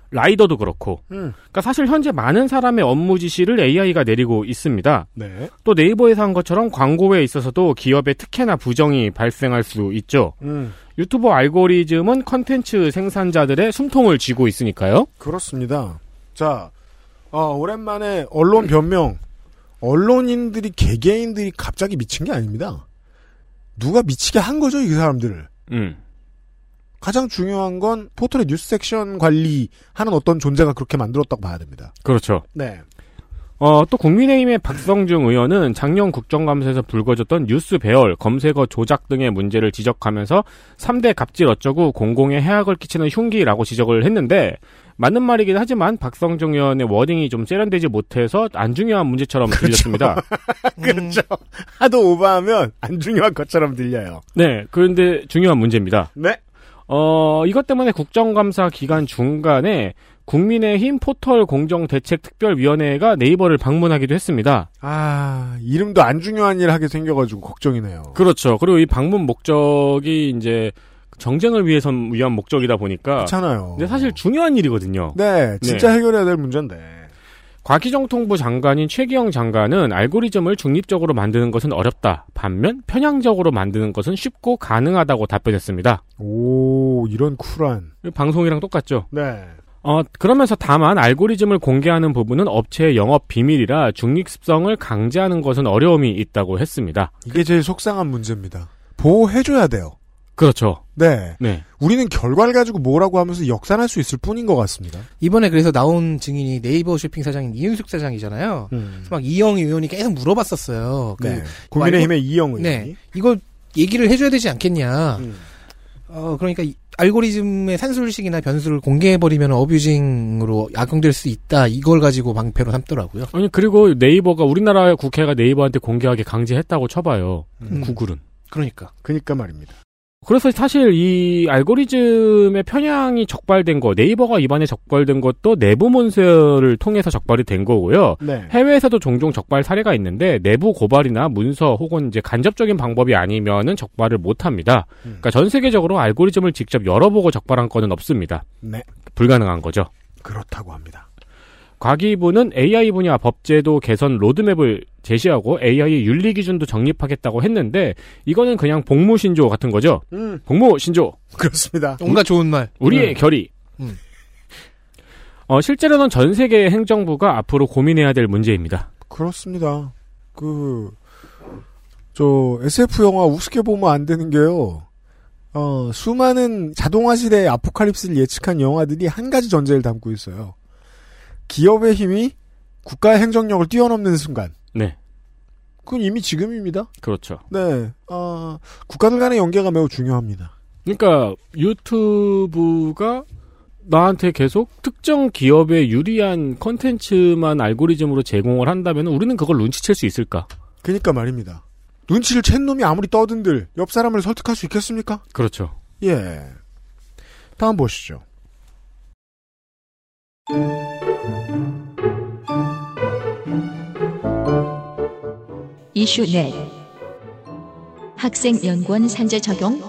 라이더도 그렇고.
음.
그러니까 사실 현재 많은 사람의 업무 지시를 AI가 내리고 있습니다.
네.
또 네이버에서 한 것처럼 광고에 있어서도 기업의 특혜나 부정이 발생할 수 있죠.
음.
유튜버 알고리즘은 컨텐츠 생산자들의 숨통을 쥐고 있으니까요.
그렇습니다. 자, 어, 오랜만에 언론 변명. 언론인들이 개개인들이 갑자기 미친 게 아닙니다. 누가 미치게 한 거죠, 이 사람들을.
음.
가장 중요한 건 포털의 뉴스 섹션 관리하는 어떤 존재가 그렇게 만들었다고 봐야 됩니다.
그렇죠.
네.
어, 또 국민의힘의 박성중 의원은 작년 국정감사에서 불거졌던 뉴스 배열, 검색어 조작 등의 문제를 지적하면서 3대 갑질 어쩌고 공공에 해악을 끼치는 흉기라고 지적을 했는데 맞는 말이긴 하지만 박성중 의원의 워딩이 좀 세련되지 못해서 안 중요한 문제처럼 들렸습니다.
그렇죠. 하도 오버하면 안 중요한 것처럼 들려요.
네, 그런데 중요한 문제입니다.
네.
어, 이것 때문에 국정감사 기간 중간에 국민의힘 포털 공정대책특별위원회가 네이버를 방문하기도 했습니다.
아, 이름도 안 중요한 일 하게 생겨가지고 걱정이네요.
그렇죠. 그리고 이 방문 목적이 이제 정쟁을 위해서 위한 목적이다 보니까
그렇잖아요.
근데 사실 중요한 일이거든요.
네, 진짜 해결해야 될 문제인데.
과기정통부 장관인 최기영 장관은 알고리즘을 중립적으로 만드는 것은 어렵다. 반면 편향적으로 만드는 것은 쉽고 가능하다고 답변했습니다.
오, 이런 쿨한.
방송이랑 똑같죠.
네.
어, 그러면서 다만 알고리즘을 공개하는 부분은 업체의 영업 비밀이라 중립성을 강제하는 것은 어려움이 있다고 했습니다.
이게 제일 속상한 문제입니다. 보호해줘야 돼요.
그렇죠.
네.
네.
우리는 결과를 가지고 뭐라고 하면서 역산할 수 있을 뿐인 것 같습니다.
이번에 그래서 나온 증인이 네이버 쇼핑 사장인 이윤숙 사장이잖아요. 그래서 막 이영희 의원이 계속 물어봤었어요. 그,
음. 네. 국민의힘의 이영 의원이.
네. 이걸 얘기를 해줘야 되지 않겠냐.
음.
어, 그러니까 이- 알고리즘의 산술식이나 변수를 공개해버리면 어뷰징으로 악용될 수 있다. 이걸 가지고 방패로 삼더라고요.
아니 그리고 네이버가 우리나라 국회가 네이버한테 공개하게 강제했다고 쳐봐요.
음.
구글은.
그러니까.
그니까 말입니다.
그래서 사실 이 알고리즘의 편향이 적발된 거, 네이버가 입안에 적발된 것도 내부 문서를 통해서 적발이 된 거고요.
네.
해외에서도 종종 적발 사례가 있는데 내부 고발이나 문서 혹은 이제 간접적인 방법이 아니면은 적발을 못 합니다.
음.
그러니까 전 세계적으로 알고리즘을 직접 열어보고 적발한 건은 없습니다.
네.
불가능한 거죠.
그렇다고 합니다.
과기부는 AI 분야 법제도 개선 로드맵을 제시하고 AI 윤리 기준도 정립하겠다고 했는데 이거는 그냥 복무 신조 같은 거죠.
음.
복무 신조
그렇습니다.
뭔가 좋은 말.
우리의
음.
결의.
음.
어, 실제로는 전 세계 행정부가 앞으로 고민해야 될 문제입니다.
그렇습니다. 그, 저, SF 영화 우습게 보면 안 되는 게요. 어, 수많은 자동화 시대의 아포칼립스를 예측한 영화들이 한 가지 전제를 담고 있어요. 기업의 힘이 국가의 행정력을 뛰어넘는 순간.
네,
그건 이미 지금입니다.
그렇죠.
네, 아, 국가들 간의 연계가 매우 중요합니다.
그러니까 유튜브가 나한테 계속 특정 기업에 유리한 컨텐츠만 알고리즘으로 제공을 한다면 우리는 그걸 눈치챌 수 있을까?
그니까 그러니까 말입니다. 눈치를 챈 놈이 아무리 떠든들 옆 사람을 설득할 수 있겠습니까?
그렇죠.
예. 다음 보시죠.
이슈 넷 학생 연구원 산재 적용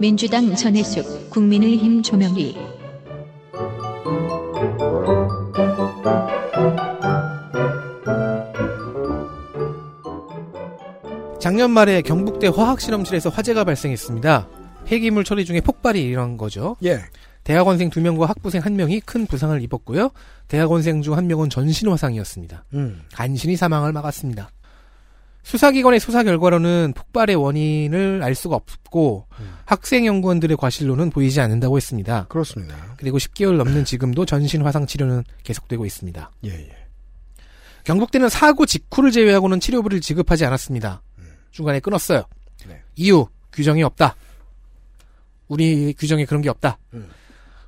민주당 전해숙 국민의힘 조명리
작년 말에 경북대 화학실험실에서 화재가 발생했습니다. 폐기물 처리 중에 폭발이 일어난 거죠.
예.
대학원생 두명과 학부생 한명이큰 부상을 입었고요. 대학원생 중 한명은 전신 화상이었습니다.
음.
간신히 사망을 막았습니다. 수사기관의 수사 결과로는 폭발의 원인을 알 수가 없고
음.
학생 연구원들의 과실로는 보이지 않는다고 했습니다.
그렇습니다.
그리고 10개월 넘는 지금도 전신 화상 치료는 계속되고 있습니다.
예, 예.
경북대는 사고 직후를 제외하고는 치료비를 지급하지 않았습니다. 중간에 끊었어요.
음. 네.
이유 규정이 없다. 우리 규정에 그런 게 없다.
음.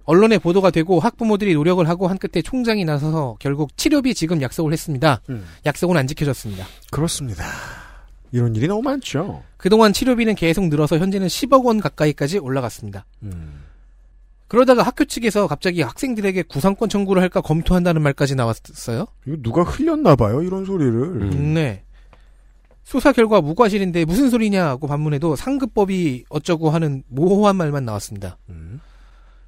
언론에 보도가 되고 학부모들이 노력을 하고 한 끝에 총장이 나서서 결국 치료비 지급 약속을 했습니다.
음.
약속은 안 지켜졌습니다.
그렇습니다. 이런 일이 너무 많죠.
그동안 치료비는 계속 늘어서 현재는 10억 원 가까이까지 올라갔습니다.
음.
그러다가 학교 측에서 갑자기 학생들에게 구상권 청구를 할까 검토한다는 말까지 나왔어요.
이거 누가 흘렸나 봐요. 이런 소리를.
음.
네. 수사 결과 무과실인데 무슨 소리냐고 반문해도 상급법이 어쩌고 하는 모호한 말만 나왔습니다.
음.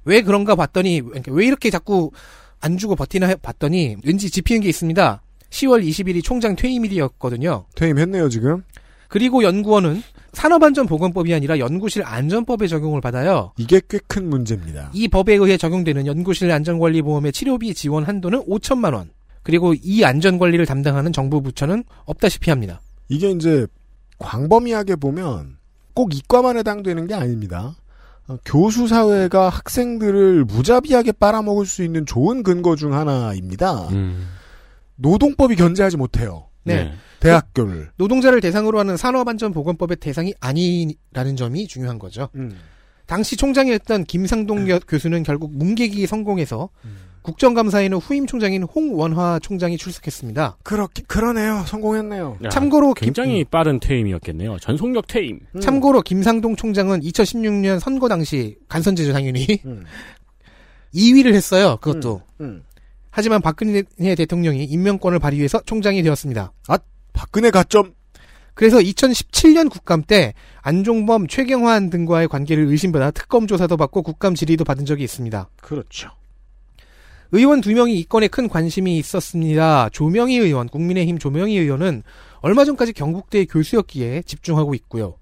왜 그런가 봤더니 그러니까 왜 이렇게 자꾸 안 주고 버티나 해- 봤더니 왠지 짚히는 게 있습니다. 10월 20일이 총장 퇴임일이었거든요.
퇴임했네요, 지금.
그리고 연구원은 산업안전보건법이 아니라 연구실 안전법의 적용을 받아요.
이게 꽤 큰 문제입니다.
이 법에 의해 적용되는 연구실 안전관리보험의 치료비 지원 한도는 5천만 원. 그리고 이 안전관리를 담당하는 정부 부처는 없다시피 합니다.
이게 이제 광범위하게 보면 꼭 이과만 해당되는 게 아닙니다. 어, 교수 사회가 학생들을 무자비하게 빨아먹을 수 있는 좋은 근거 중 하나입니다.
음.
노동법이 견제하지 못해요.
네.
대학교를.
노동자를 대상으로 하는 산업안전보건법의 대상이 아니라는 점이 중요한 거죠.
음.
당시 총장이었던
네.
김상동 여- 교수는 결국 뭉개기에 성공해서
음.
국정감사에는 후임 총장인 홍원화 총장이 출석했습니다.
그렇게 그러네요. 성공했네요.
야,
참고로 김,
어, 굉장히 음. 빠른 퇴임이었겠네요. 전속력 퇴임.
음.
참고로 김상동 총장은 2016년 선거 당시 간선제죠 당연히
음.
2위를 했어요. 그것도.
음.
하지만 박근혜 대통령이 임명권을 발휘해서 총장이 되었습니다.
박근혜 가점.
그래서 2017년 국감 때 안종범, 최경환 등과의 관계를 의심받아 특검 조사도 받고 국감 질의도 받은 적이 있습니다.
그렇죠.
의원 두 명이 이 건에 큰 관심이 있었습니다. 조명희 의원, 국민의힘 조명희 의원은 얼마 전까지 경북대 교수였기에 집중하고 있고요.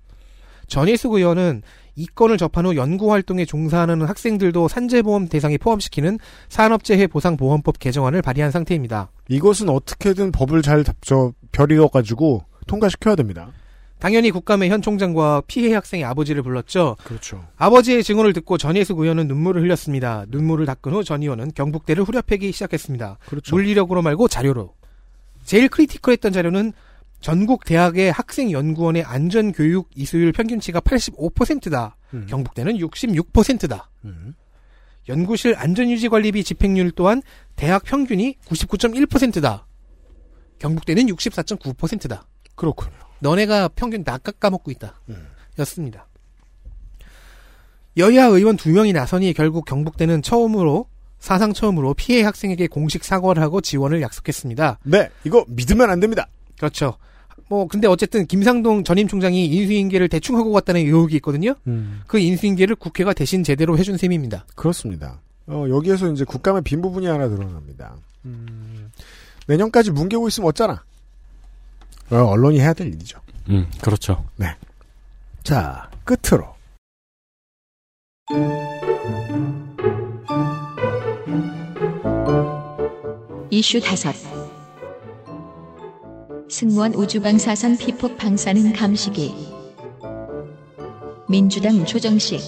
전일숙 의원은 이 건을 접한 후 연구 활동에 종사하는 학생들도 산재보험 대상에 포함시키는 산업재해 보상보험법 개정안을 발의한 상태입니다.
이것은 어떻게든 법을 잘 잡죠. 별이어 가지고 통과시켜야 됩니다.
당연히 국감에 현 총장과 피해 학생의 아버지를 불렀죠.
그렇죠.
아버지의 증언을 듣고 전희숙 의원은 눈물을 흘렸습니다. 눈물을 닦은 후 전 의원은 경북대를 후려패기 시작했습니다.
그렇죠.
물리력으로 말고 자료로. 제일 크리티컬했던 자료는 전국 대학의 학생 연구원의 안전 교육 이수율 평균치가 85%다.
음.
경북대는 66%다.
음.
연구실 안전유지관리비 집행률 또한 대학 평균이 99.1%다. 경북대는 64.9%다.
그렇군요.
너네가 평균 낚아 까먹고 있다.
음.
였습니다. 여야 의원 두 명이 나서니 결국 경북대는 처음으로 사상 처음으로 피해 학생에게 공식 사과를 하고 지원을 약속했습니다.
네, 이거 믿으면 안 됩니다.
그렇죠. 뭐 근데 어쨌든 김상동 전임 총장이 인수인계를 대충 하고 갔다는 의혹이 있거든요.
음.
그 인수인계를 국회가 대신 제대로 해준 셈입니다.
그렇습니다. 어, 여기에서 이제 국감의 빈 부분이 하나 드러납니다. 음. 내년까지 뭉개고 있으면 어쩌나? 어, 언론이 해야 될 일이죠.
음, 그렇죠.
자, 끝으로.
이슈 다섯 승무원 우주방사선 피폭 방사능 감시기 민주당 조정식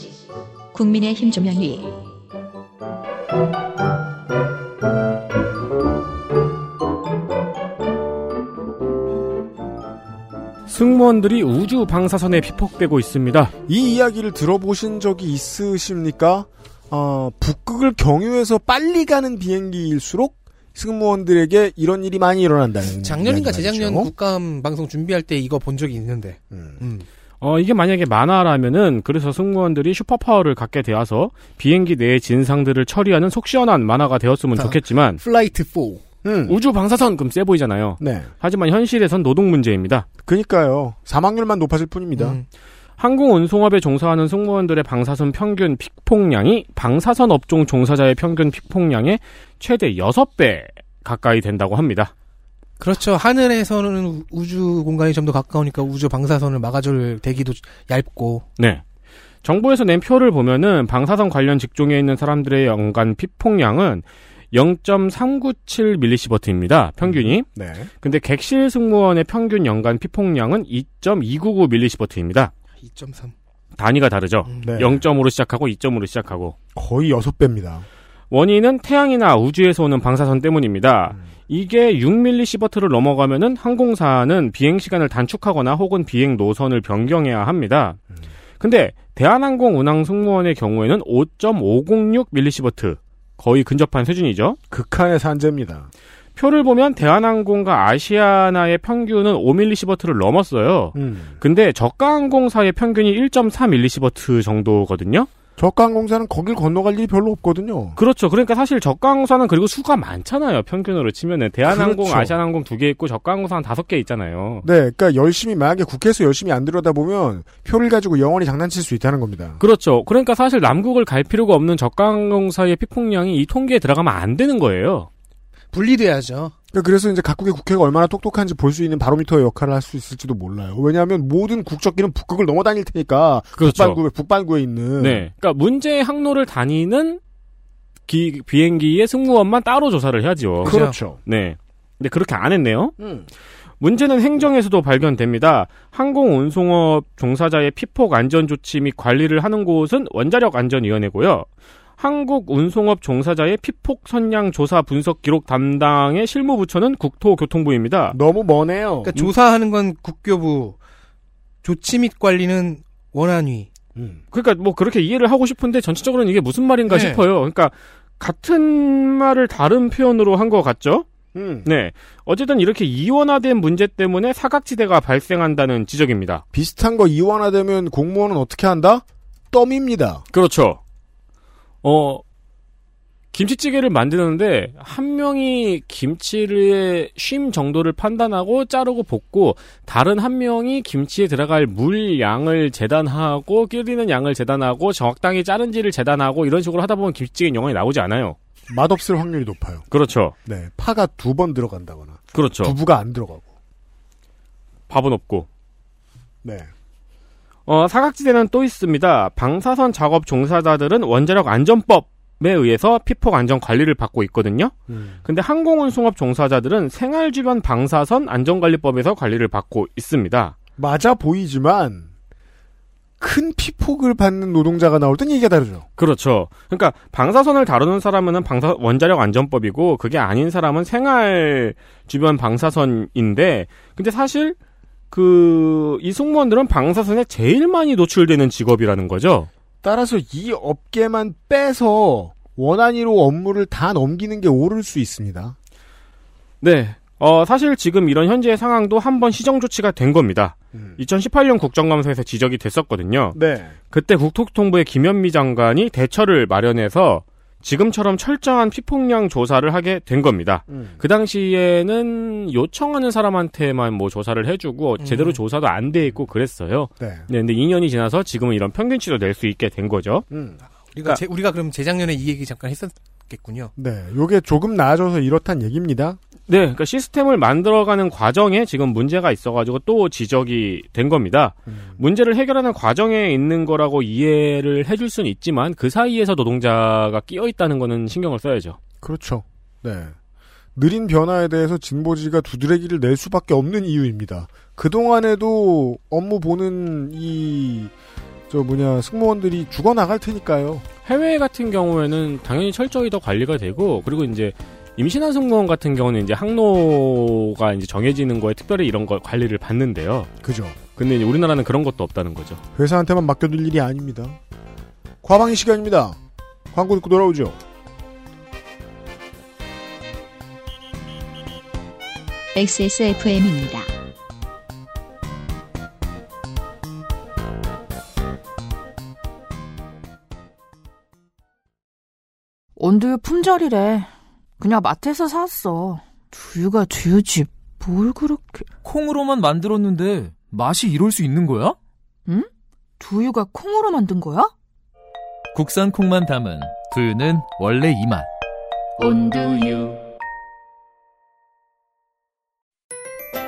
국민의힘 조명위
승무원들이 우주 방사선에 피폭되고 있습니다.
이 이야기를 들어보신 적이 있으십니까? 어, 북극을 경유해서 빨리 가는 비행기일수록 승무원들에게 이런 일이 많이 일어난다는
작년인가
이야기
재작년
말이죠.
국감 방송 준비할 때 이거 본 적이 있는데.
음.
음.
어, 이게 만약에 만화라면은 그래서 승무원들이 슈퍼파워를 갖게 되어서 비행기 내의 진상들을 처리하는 속 시원한 만화가 되었으면
아.
좋겠지만
플라이트 4.
음.
우주 방사선 그럼 세 보이잖아요.
네.
하지만 현실에선 노동 문제입니다.
그니까요. 사망률만 높아질 뿐입니다.
음.
항공 운송업에 종사하는 승무원들의 방사선 평균 픽폭량이 방사선 업종 종사자의 평균 픽폭량의 최대 6배 가까이 된다고 합니다.
그렇죠. 하늘에서는 우- 우주 공간이 좀 더 가까우니까 우주 방사선을 막아줄 대기도 얇고.
네. 정부에서 낸 표를 보면은 방사선 관련 직종에 있는 사람들의 연간 피폭량은 0.397밀리시버트입니다. 평균이.
네.
근데 객실 승무원의 평균 연간 피폭량은 2.299밀리시버트입니다.
2.3.
단위가 다르죠.
음.
네.
0.5로 시작하고 2.5로 시작하고.
거의 여섯 배입니다.
원인은 태양이나 우주에서 오는 방사선 때문입니다.
음.
이게 6밀리시버트를 넘어가면은 항공사는 비행 시간을 단축하거나 혹은 비행 노선을 변경해야 합니다.
음.
근데 대한항공 운항 승무원의 경우에는 5.506 밀리시버트 거의 근접한 수준이죠.
극한의 산재입니다.
표를 보면 대한항공과 아시아나의 평균은 5밀리시버트를 넘었어요.
음.
근데 저가항공사의 평균이 1.4밀리시버트 정도거든요.
저가항공사는 거길 건너갈 일이 별로 없거든요.
그렇죠. 그러니까 사실 저가항공사는 그리고 수가 많잖아요. 평균으로 치면은 대한항공,
그렇죠.
아시아나항공 두 개 있고 저가항공사는 다섯 개 있잖아요.
네, 그러니까 열심히 만약에 국회에서 열심히 안 들여다보면 표를 가지고 영원히 장난칠 수 있다는 겁니다.
그렇죠. 그러니까 사실 남국을 갈 필요가 없는 저가항공사의 피폭량이 이 통계에 들어가면 안 되는 거예요.
분리돼야죠.
그러니까 그래서 이제 각국의 국회가 얼마나 똑똑한지 볼 수 있는 바로미터의 역할을 할 수 있을지도 몰라요. 왜냐하면 모든 국적기는 북극을 넘어다닐 테니까 북반구에 북반구에 있는
네. 그러니까 문제의 항로를 다니는 기- 비행기의 승무원만 따로 조사를 해야죠.
그렇죠.
네. 근데 그렇게 안 했네요.
음.
문제는 행정에서도 발견됩니다. 항공 운송업 종사자의 피폭 안전 조치 및 관리를 하는 곳은 원자력 안전위원회고요. 한국 운송업 종사자의 피폭 선량 조사 분석 기록 담당의 실무부처는 국토교통부입니다.
너무 머네요.
그러니까 조사하는 건 국교부, 조치 및 관리는 원안위.
음.
그러니까 뭐 그렇게 이해를 하고 싶은데 전체적으로는 이게 무슨 말인가
네.
싶어요. 그러니까 같은 말을 다른 표현으로 한 것 같죠?
음.
네. 어쨌든 이렇게 이원화된 문제 때문에 사각지대가 발생한다는 지적입니다.
비슷한 거 이완화되면 공무원은 어떻게 한다? 떠밉니다.
그렇죠. 어, 김치찌개를 만드는데 한 명이 김치의 쉼 정도를 판단하고 자르고 볶고 다른 한 명이 김치에 들어갈 물 양을 재단하고 끓이는 양을 재단하고 정확당히 자른지를 재단하고 이런 식으로 하다 보면 김치찌개 영원히 나오지 않아요.
맛없을 확률이 높아요.
그렇죠.
네, 파가 두 번 들어간다거나
그렇죠.
두부가 안 들어가고.
밥은 없고.
네.
어, 사각지대는 또 있습니다. 방사선 작업 종사자들은 원자력 안전법에 의해서 피폭 안전 관리를 받고 있거든요. 근데 항공운송업 종사자들은 생활주변 방사선 안전관리법에서 관리를 받고 있습니다.
맞아 보이지만 큰 피폭을 받는 노동자가 나올 땐 얘기가 다르죠.
그렇죠. 그러니까 방사선을 다루는 사람은 방사 원자력 안전법이고 그게 아닌 사람은 생활 주변 방사선인데 근데 사실 그 이 승무원들은 방사선에 제일 많이 노출되는 직업이라는 거죠.
따라서 이 업계만 빼서 원안위로 업무를 다 넘기는 게 옳을 수 있습니다.
네. 어, 사실 지금 이런 현재의 상황도 한 번 시정 조치가 된 겁니다. 2018년 국정감사에서 지적이 됐었거든요.
네.
그때 국토교통부의 김현미 장관이 대처를 마련해서 지금처럼 철저한 피폭량 조사를 하게 된 겁니다. 그 당시에는 요청하는 사람한테만 뭐 조사를 해주고 제대로
음.
조사도 안 돼 있고 그랬어요.
네.
네, 근데 2년이 지나서 지금은 이런 평균치도 낼 수 있게 된 거죠.
음.
그러니까-
우리가 제- 우리가 그럼 재작년에 이 얘기 잠깐 했었겠군요.
네. 요게 조금 나아져서 이렇단 얘기입니다.
네, 그러니까 시스템을 만들어가는 과정에 지금 문제가 있어가지고 또 지적이 된 겁니다. 문제를 해결하는 과정에 있는 거라고 이해를 해줄 수는 있지만 그 사이에서 노동자가 끼어 있다는 거는 신경을 써야죠.
그렇죠. 네. 느린 변화에 대해서 진보지가 두드레기를 낼 수밖에 없는 이유입니다. 그동안에도 업무 보는 이, 저 뭐냐, 승무원들이 죽어나갈 테니까요.
해외 같은 경우에는 당연히 철저히 더 관리가 되고 그리고 이제 임신한 승무원 같은 경우는 이제 항로가 이제 정해지는 거에 특별히 이런 거 관리를 받는데요.
그죠.
근데 이제 우리나라는 그런 것도 없다는 거죠.
회사한테만 맡겨둘 일이 아닙니다. 과방의 시간입니다. 광고 듣고 돌아오죠.
XSFM입니다.
온두유 품절이래. 그냥 마트에서 샀어. 두유가 두유지. 뭘 그렇게.
콩으로만 만들었는데 맛이 이럴 수 있는 거야?
두유가 콩으로 만든 거야?
국산 콩만 담은 두유는 원래 이 맛.
온두유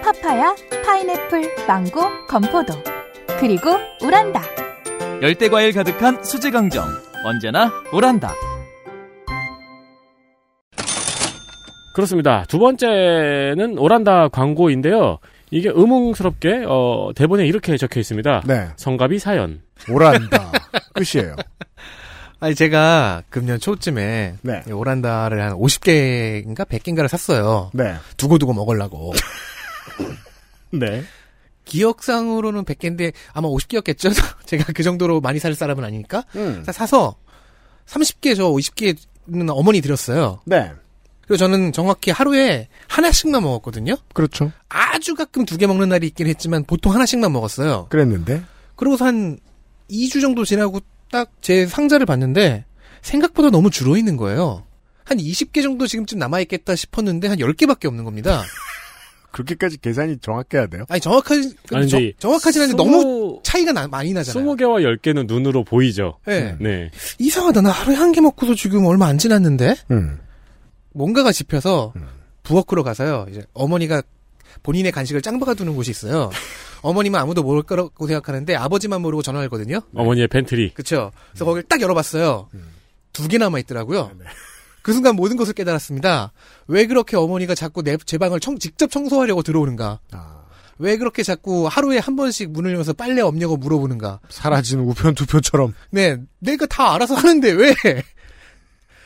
파파야, 파인애플, 망고, 건포도 그리고 우란다
열대 과일 가득한 수제 강정. 언제나 오란다.
그렇습니다. 두 번째는 오란다 광고인데요. 이게 음흉스럽게 어, 대본에 이렇게 적혀 있습니다.
네.
성가비 사연.
오란다. 끝이에요.
아니 제가 금년 초쯤에
네.
이 오란다를 한 50개인가 100개인가를 샀어요.
네.
두고두고 먹으려고.
네.
기억상으로는 100개인데 아마 50개였겠죠? 제가 그 정도로 많이 살 사람은 아니니까.
음.
사서 30개 저 50개는 어머니 드렸어요.
네.
그리고 저는 정확히 하루에 하나씩만 먹었거든요.
그렇죠.
아주 가끔 두 개 먹는 날이 있긴 했지만 보통 하나씩만 먹었어요.
그랬는데.
그러고서 한 2주 정도 지나고 딱 제 상자를 봤는데 생각보다 너무 줄어 있는 거예요. 한 20개 정도 지금쯤 남아있겠다 싶었는데 한 10개밖에 없는 겁니다.
그렇게까지 계산이 정확해야 돼요?
아니 정확하지
아니,
정-
근데
정확하진 않은데 너무 차이가 나- 많이 나잖아요.
20개와 10개는 눈으로 보이죠.
예.
네.
이상하다. 나 하루에 한 개 먹고도 지금 얼마 안 지났는데
음.
뭔가가 집혀서
음.
부엌으로 가서요. 이제 어머니가 본인의 간식을 짱박아 두는 곳이 있어요. 어머님은 아무도 모를 거라고 생각하는데 아버지만 모르고 전화를 했거든요.
어머니의 벤트리.
그쵸.
음.
그래서 거기를 딱 열어봤어요. 두 개 남아있더라고요.
네,
그 순간 모든 것을 깨달았습니다. 왜 그렇게 어머니가 자꾸 내, 제 방을 청- 직접 청소하려고 들어오는가?
아,
왜 그렇게 자꾸 하루에 한 번씩 문을 열어서 빨래 없냐고 물어보는가?
사라진 우편 투표처럼.
네, 내가 다 알아서 하는데 왜?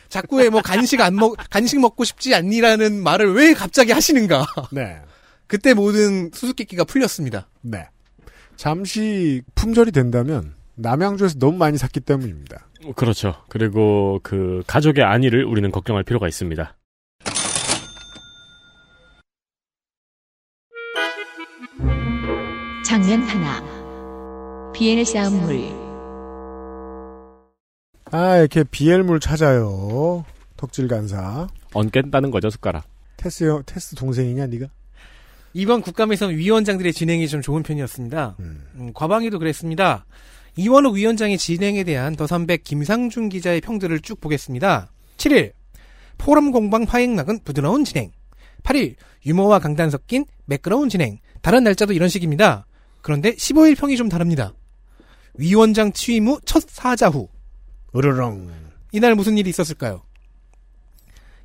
자꾸 왜 뭐 간식 안 먹, 간식 먹고 싶지 않니라는 말을 왜 갑자기 하시는가?
네.
그때 모든 수수께끼가 풀렸습니다.
네. 잠시 품절이 된다면 남양주에서 너무 많이 샀기 때문입니다.
어, 그렇죠. 그리고 그 가족의 안위를 우리는 걱정할 필요가 있습니다.
장면 하나. BL 싸움물.
아, 이렇게 비엘물 찾아요. 덕질 간사.
안 깬다는 거죠, 숟가락.
테스, 형- 테스 동생이냐, 네가
이번 국감에서는 위원장들의 진행이 좀 좋은 편이었습니다.
음.
음, 과방위도 그랬습니다. 이원욱 위원장의 진행에 대한 더 300 김상준 기자의 평들을 쭉 보겠습니다. 7일 포럼 공방 파행락은 부드러운 진행. 8일 유머와 강단 섞인 매끄러운 진행. 다른 날짜도 이런 식입니다. 그런데 15일 평이 좀 다릅니다. 위원장 취임 후 첫 사자 후
으르렁.
이날 무슨 일이 있었을까요?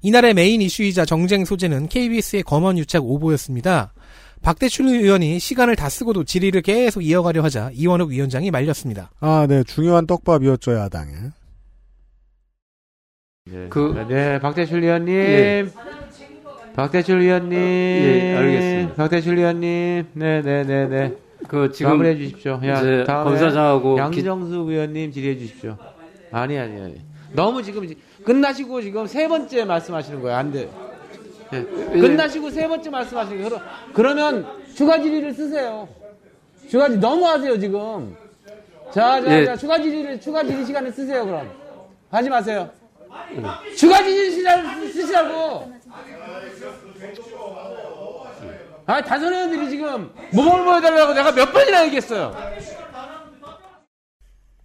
이날의 메인 이슈이자 정쟁 소재는 KBS의 검언 유착 오보였습니다. 박대출 의원이 시간을 다 쓰고도 질의를 계속 이어가려 하자 이원욱 위원장이 말렸습니다.
아, 네. 중요한 떡밥이었죠, 야당에.
그 네, 박대출 위원님. 박대출 위원님. 어, 예, 알겠습니다. 박대출 위원님. 네, 네, 네, 네. 그 지금 마무리해 주십시오. 야,
이제
다음에
검사장하고
양정수 위원님 질의해 주십시오. 아니, 아니, 아니. 너무 지금 지- 끝나시고 지금 세 번째 말씀하시는 거예요. 안 돼. 예. 끝나시고 세 번째 말씀하시는 거예요. 그러- 그러면 추가 질의를 쓰세요. 추가 질의 너무 하세요, 지금. 자, 자,
예.
자, 추가 질의를 추가 질의 시간을 쓰세요, 그럼. 하지 마세요. 추가 질의 시간을 쓰- 쓰시라고. 아, 다선 의원들이 지금 모범을 보여달라고 내가 몇 번이나 얘기했어요.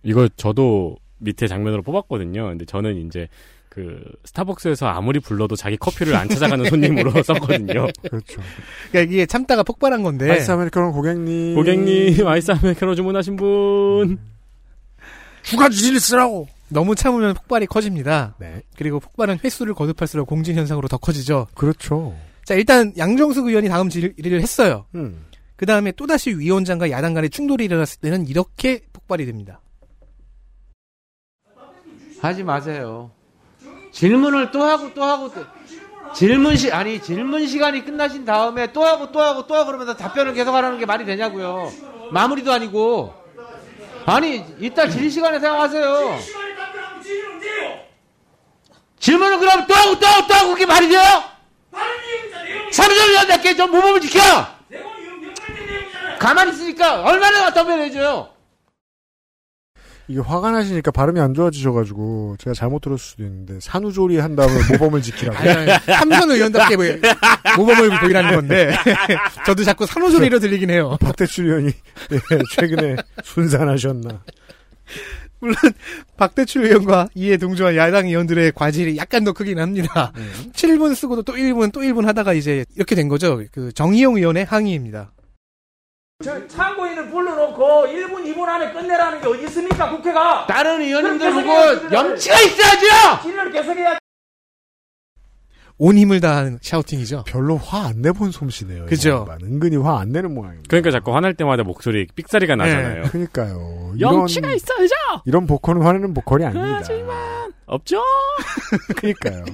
이거 저도 밑에 장면으로 뽑았거든요. 근데 저는 이제 그 스타벅스에서 아무리 불러도 자기 커피를 안 찾아가는 손님으로 썼거든요.
그렇죠.
그러니까 이게 참다가 폭발한 건데
아이스 아메리카노 네. 고객님.
고객님 아이스 아메리카노 주문하신 분.
추가 지진을 쓰라고!
너무 참으면 폭발이 커집니다.
네.
그리고 폭발은 횟수를 거듭할수록 공진 현상으로 더 커지죠.
그렇죠.
자 일단 양정숙 의원이 다음 질의를 했어요.
음.
그 다음에 또다시 위원장과 야당 간의 충돌이 일어났을 때는 이렇게 폭발이 됩니다.
하지 마세요. 질문을 또 하고 또 하고 또 질문 시 아니 질문 시간이 끝나신 다음에 또 하고 또 하고 또 하고 그러면서 답변을 계속하라는 게 말이 되냐고요. 마무리도 아니고 아니 이따 질의 시간에 생각하세요. 질문을 그럼 또 하고 또 하고 또 하고 그게 말이 돼요? 3년이나 내게 좀 몸을 지켜! 가만히 있으니까 얼마나 갖다 변해줘요?
이게 화가 나시니까 발음이 안 좋아지셔가지고 제가 잘못 들었을 수도 있는데 산후조리 한 다음에 모범을 지키라고.
아니, 아니, 삼선 의원답게 뭐, 모범을 보이라는 건데 저도 자꾸 산호 소리로 들리긴 해요.
박대출 의원이 예, 최근에 순산하셨나.
물론 박대출 의원과 이에 동조한 야당 의원들의 과실이 약간 더 크긴 합니다. 7분 쓰고도 또 1분 또 1분 하다가 이제 이렇게 된 거죠. 그 정의용 의원의 항의입니다.
참고인을 불러놓고 1분, 2분 안에 끝내라는 게 어디 있습니까, 국회가?
다른 의원님들
그럼
보고
계속해요,
염치가 있어야죠!
진료를 계속해야
온 힘을 다한 샤우팅이죠.
별로 ха 안 내본 솜씨네요. 이
그죠.
양반. 은근히 화 안 내는 모양입니다.
그러니까 자꾸 화날 때마다 목소리 삑사리가
네.
나잖아요.
그러니까요. 이런,
염치가 있어야죠.
이런 보컬은 화내는 보컬이 아닙니다.
없죠.
그러니까요.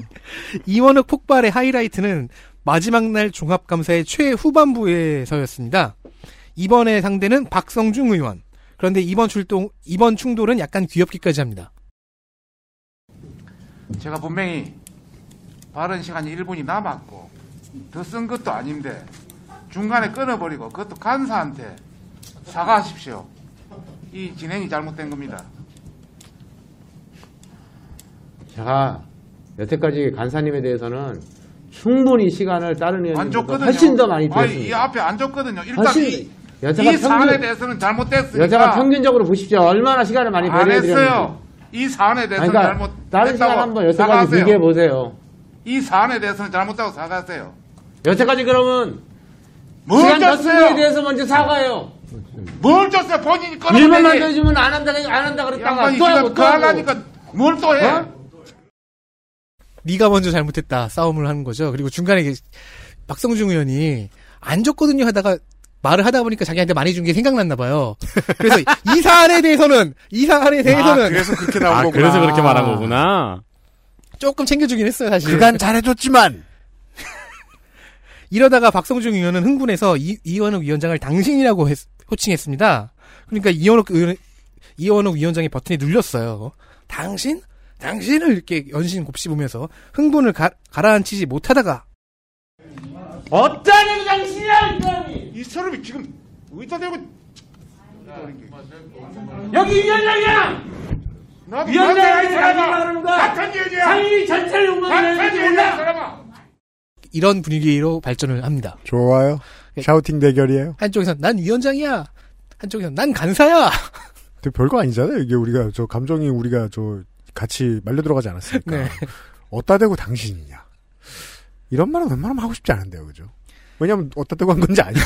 이원욱 폭발의 하이라이트는 마지막 날 종합감사의 최후반부에서였습니다. 이번의 상대는 박성중 의원. 그런데 이번 출동, 이번 충돌은 약간 귀엽기까지 합니다.
제가 분명히 바른 시간이 1분이 남았고 더 쓴 것도 아닌데 중간에 끊어버리고 그것도 간사한테 사과하십시오. 이 진행이 잘못된 겁니다.
제가 여태까지 간사님에 대해서는 충분히 시간을 다른
안
의원님보다
줬거든요.
훨씬 더 많이
아니, 이
드렸습니다.
앞에 안 줬거든요. 일단
훨씬
이,
더. 여자가
이 사안에
평균-
대해서는 잘못됐으니까
여자가 평균적으로 보십시오. 얼마나 시간을 많이
안
배려해드렸는지.
했어요. 이 사안에
아니,
대해서는
그러니까 다른 시간 한번 뭐
잘못됐다고
여태까지
사과하세요.
비교해 보세요.
이 사안에 대해서는 잘못됐다고 사과하세요.
여태까지 그러면
뭘
시간 다
줬어요?
순서에 대해서 먼저 사과해요.
뭘 줬어요? 본인이
일만
끊어버리니
만들어주면 안 한다, 안 한다 그랬다가
양반이
또 하고
지금
또
그
하고.
하려니까 뭘 또 해?
어?
네가 먼저 잘못했다 싸움을 하는 거죠. 그리고 중간에 이게 박성중 의원이 안 줬거든요 하다가 말을 하다 보니까 자기한테 많이 준 게 생각났나 봐요. 그래서 이 사안에 대해서는 이
아,
사안에 대해서는
그래서 그렇게 나온
아
거구나.
그래서 그렇게 말한 거구나.
조금 챙겨주긴 했어요 사실.
그간 잘해줬지만
이러다가 박성중 의원은 흥분해서 이, 이원욱 위원장을 당신이라고 했- 호칭했습니다. 그러니까 이원욱 의원 이원욱 위원장의 버튼이 눌렸어요. 당신? 당신을 이렇게 연신 곱씹으면서 흥분을 가, 가라앉히지 못하다가
어쩌는 당신이야, 이 사람이!
이 사람이 지금 의사 되고
여기 위원장이야!
나도
위원장이
만나는
사람이
사람아!
말하는 거야!
같은 일이야.
상인이 전체를
같은
응원하는지
일이야,
몰라!
사람아.
이런 분위기로 발전을 합니다.
좋아요. 샤우팅 대결이에요.
한쪽에서 난 위원장이야. 한쪽에서 난 간사야.
근데 별거 아니잖아요. 이게 우리가 저 감정이 우리가 저 같이 말려 들어가지 않았으니까.
네.
어따 대고 당신이냐. 이런 말은 웬만하면 하고 싶지 않은데요, 그죠? 왜냐면 어따 대고 한 건지 아니까.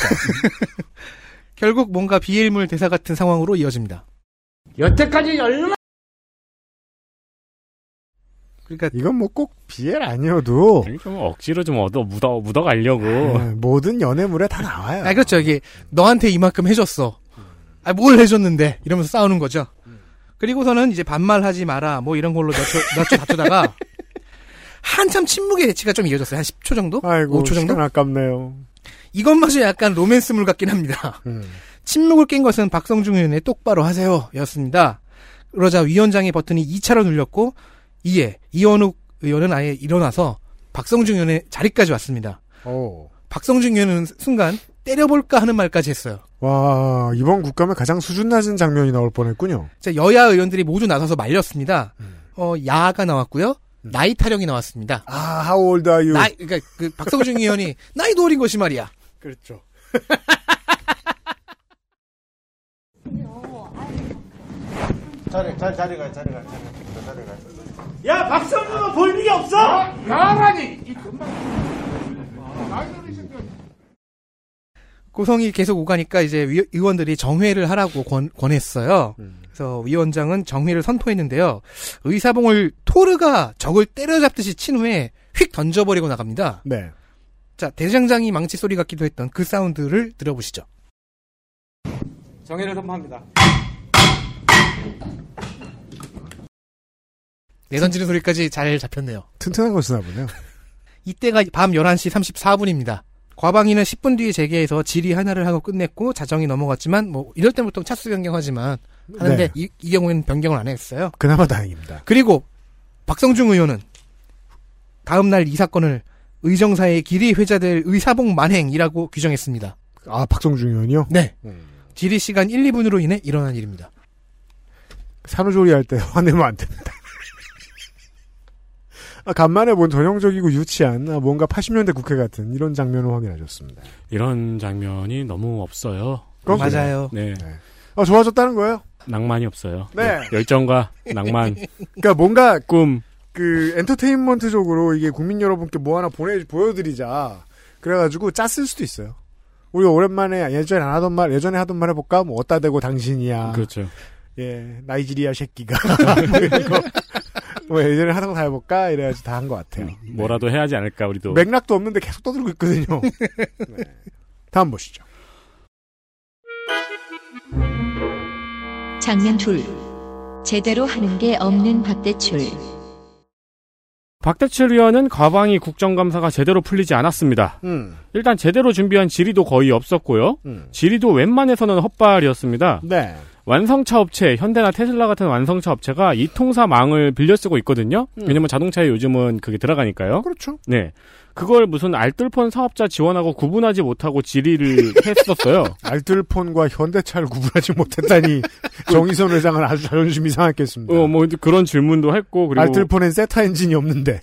결국 뭔가 비일물 대사 같은 상황으로 이어집니다.
여태까지 얼마나
그러니까
이건 뭐 꼭 비엘 아니어도
좀 억지로 좀 얻어 묻어 묻어 가려고.
예, 모든 연애물에 다 나와요.
아 그렇죠. 이게 너한테 이만큼 해줬어. 아 뭘 해줬는데 이러면서 싸우는 거죠. 그리고서는 이제 반말하지 마라 뭐 이런 걸로 몇초 다투다가 한참 침묵의 대치가 좀 이어졌어요. 한 10초 정도?
아이고
5초 정도?
시간 아깝네요.
이것마저 약간 로맨스물 같긴 합니다.
음.
침묵을 깬 것은 박성중 의원의 똑바로 하세요 였습니다. 그러자 위원장의 버튼이 2차로 눌렸고 이에 이원욱 의원은 아예 일어나서 박성중 의원의 자리까지 왔습니다.
오.
박성중 의원은 순간 때려볼까 하는 말까지 했어요.
와 이번 국감에 가장 수준 낮은 장면이 나올 뻔했군요.
자, 여야 의원들이 모두 나서서 말렸습니다. 어, 야가 나왔고요. 나이 타령이 나왔습니다.
아 how old are you?
나이, 그러니까 그 박성중 의원이 나이도 어린 것이 말이야.
그렇죠.
야, 박성준은 볼일이 없어!
나라니! 이
고성이 계속 오가니까 이제 위- 의원들이 정회를 하라고 권, 권했어요. 그래서 위원장은 정회를 선포했는데요. 의사봉을 토르가 적을 때려잡듯이 친 후에 휙 던져버리고 나갑니다.
네.
자, 대장장이 망치 소리 같기도 했던 그 사운드를 들어보시죠.
정의를 선포합니다.
내던지는 소리까지 잘 잡혔네요.
튼튼한 걸 쓰나 보네요.
이때가 밤 11시 34분입니다. 과방위는 10분 뒤에 재개해서 질의 하나를 하고 끝냈고 자정이 넘어갔지만 뭐 이럴 땐 보통 차수 변경하지만 하는데
네.
이, 이 경우에는 변경을 안 했어요.
그나마 다행입니다.
그리고 박성중 의원은 다음 날 이 사건을 의정사의 길이 회자될 의사봉 만행이라고 규정했습니다.
아, 박성중 의원이요?
네. 질의 시간 1, 2분으로 인해 일어난 일입니다.
산후조리 할 때 화내면 안 됩니다. 아, 간만에 본 전형적이고 유치한 아, 뭔가 80년대 국회 같은 이런 장면을 확인하셨습니다.
이런 장면이 너무 없어요.
그럼
맞아요.
네.
아, 좋아졌다는 거예요?
낭만이 없어요.
네.
열- 열정과 낭만,
그러니까 뭔가
꿈.
그 엔터테인먼트적으로 이게 국민 여러분께 뭐 하나 보내 보여드리자. 그래가지고 짰을 수도 있어요. 우리 오랜만에 예전에 안 하던 말 예전에 하던 말 해볼까? 뭐 어따 대고 당신이야.
그렇죠.
예 나이지리아 새끼가. 이거 뭐 예전에 하던 거 다 해볼까? 이래야지 다 한 것 같아요.
음, 뭐라도 해야지 않을까 우리도.
네. 맥락도 없는데 계속 떠들고 있거든요. 네. 다음 보시죠.
장면 둘. 제대로 하는 게 없는 박대출.
박대출 의원은 과방위 국정감사가 제대로 풀리지 않았습니다.
음,
일단 제대로 준비한 질의도 거의 없었고요.
음.
질의도 웬만해서는 헛발이었습니다.
네.
완성차 업체, 현대나 테슬라 같은 완성차 업체가 이 통사 망을 빌려 쓰고 있거든요.
음.
왜냐면 자동차에 요즘은 그게 들어가니까요.
그렇죠.
네. 그걸 무슨 알뜰폰 사업자 지원하고 구분하지 못하고 질의를 했었어요.
알뜰폰과 현대차를 구분하지 못했다니 정의선 회장은 아주 자존심 이상했겠습니다.
어, 뭐 그런 질문도 했고 그리고
네. 알뜰폰엔 세타 엔진이 없는데.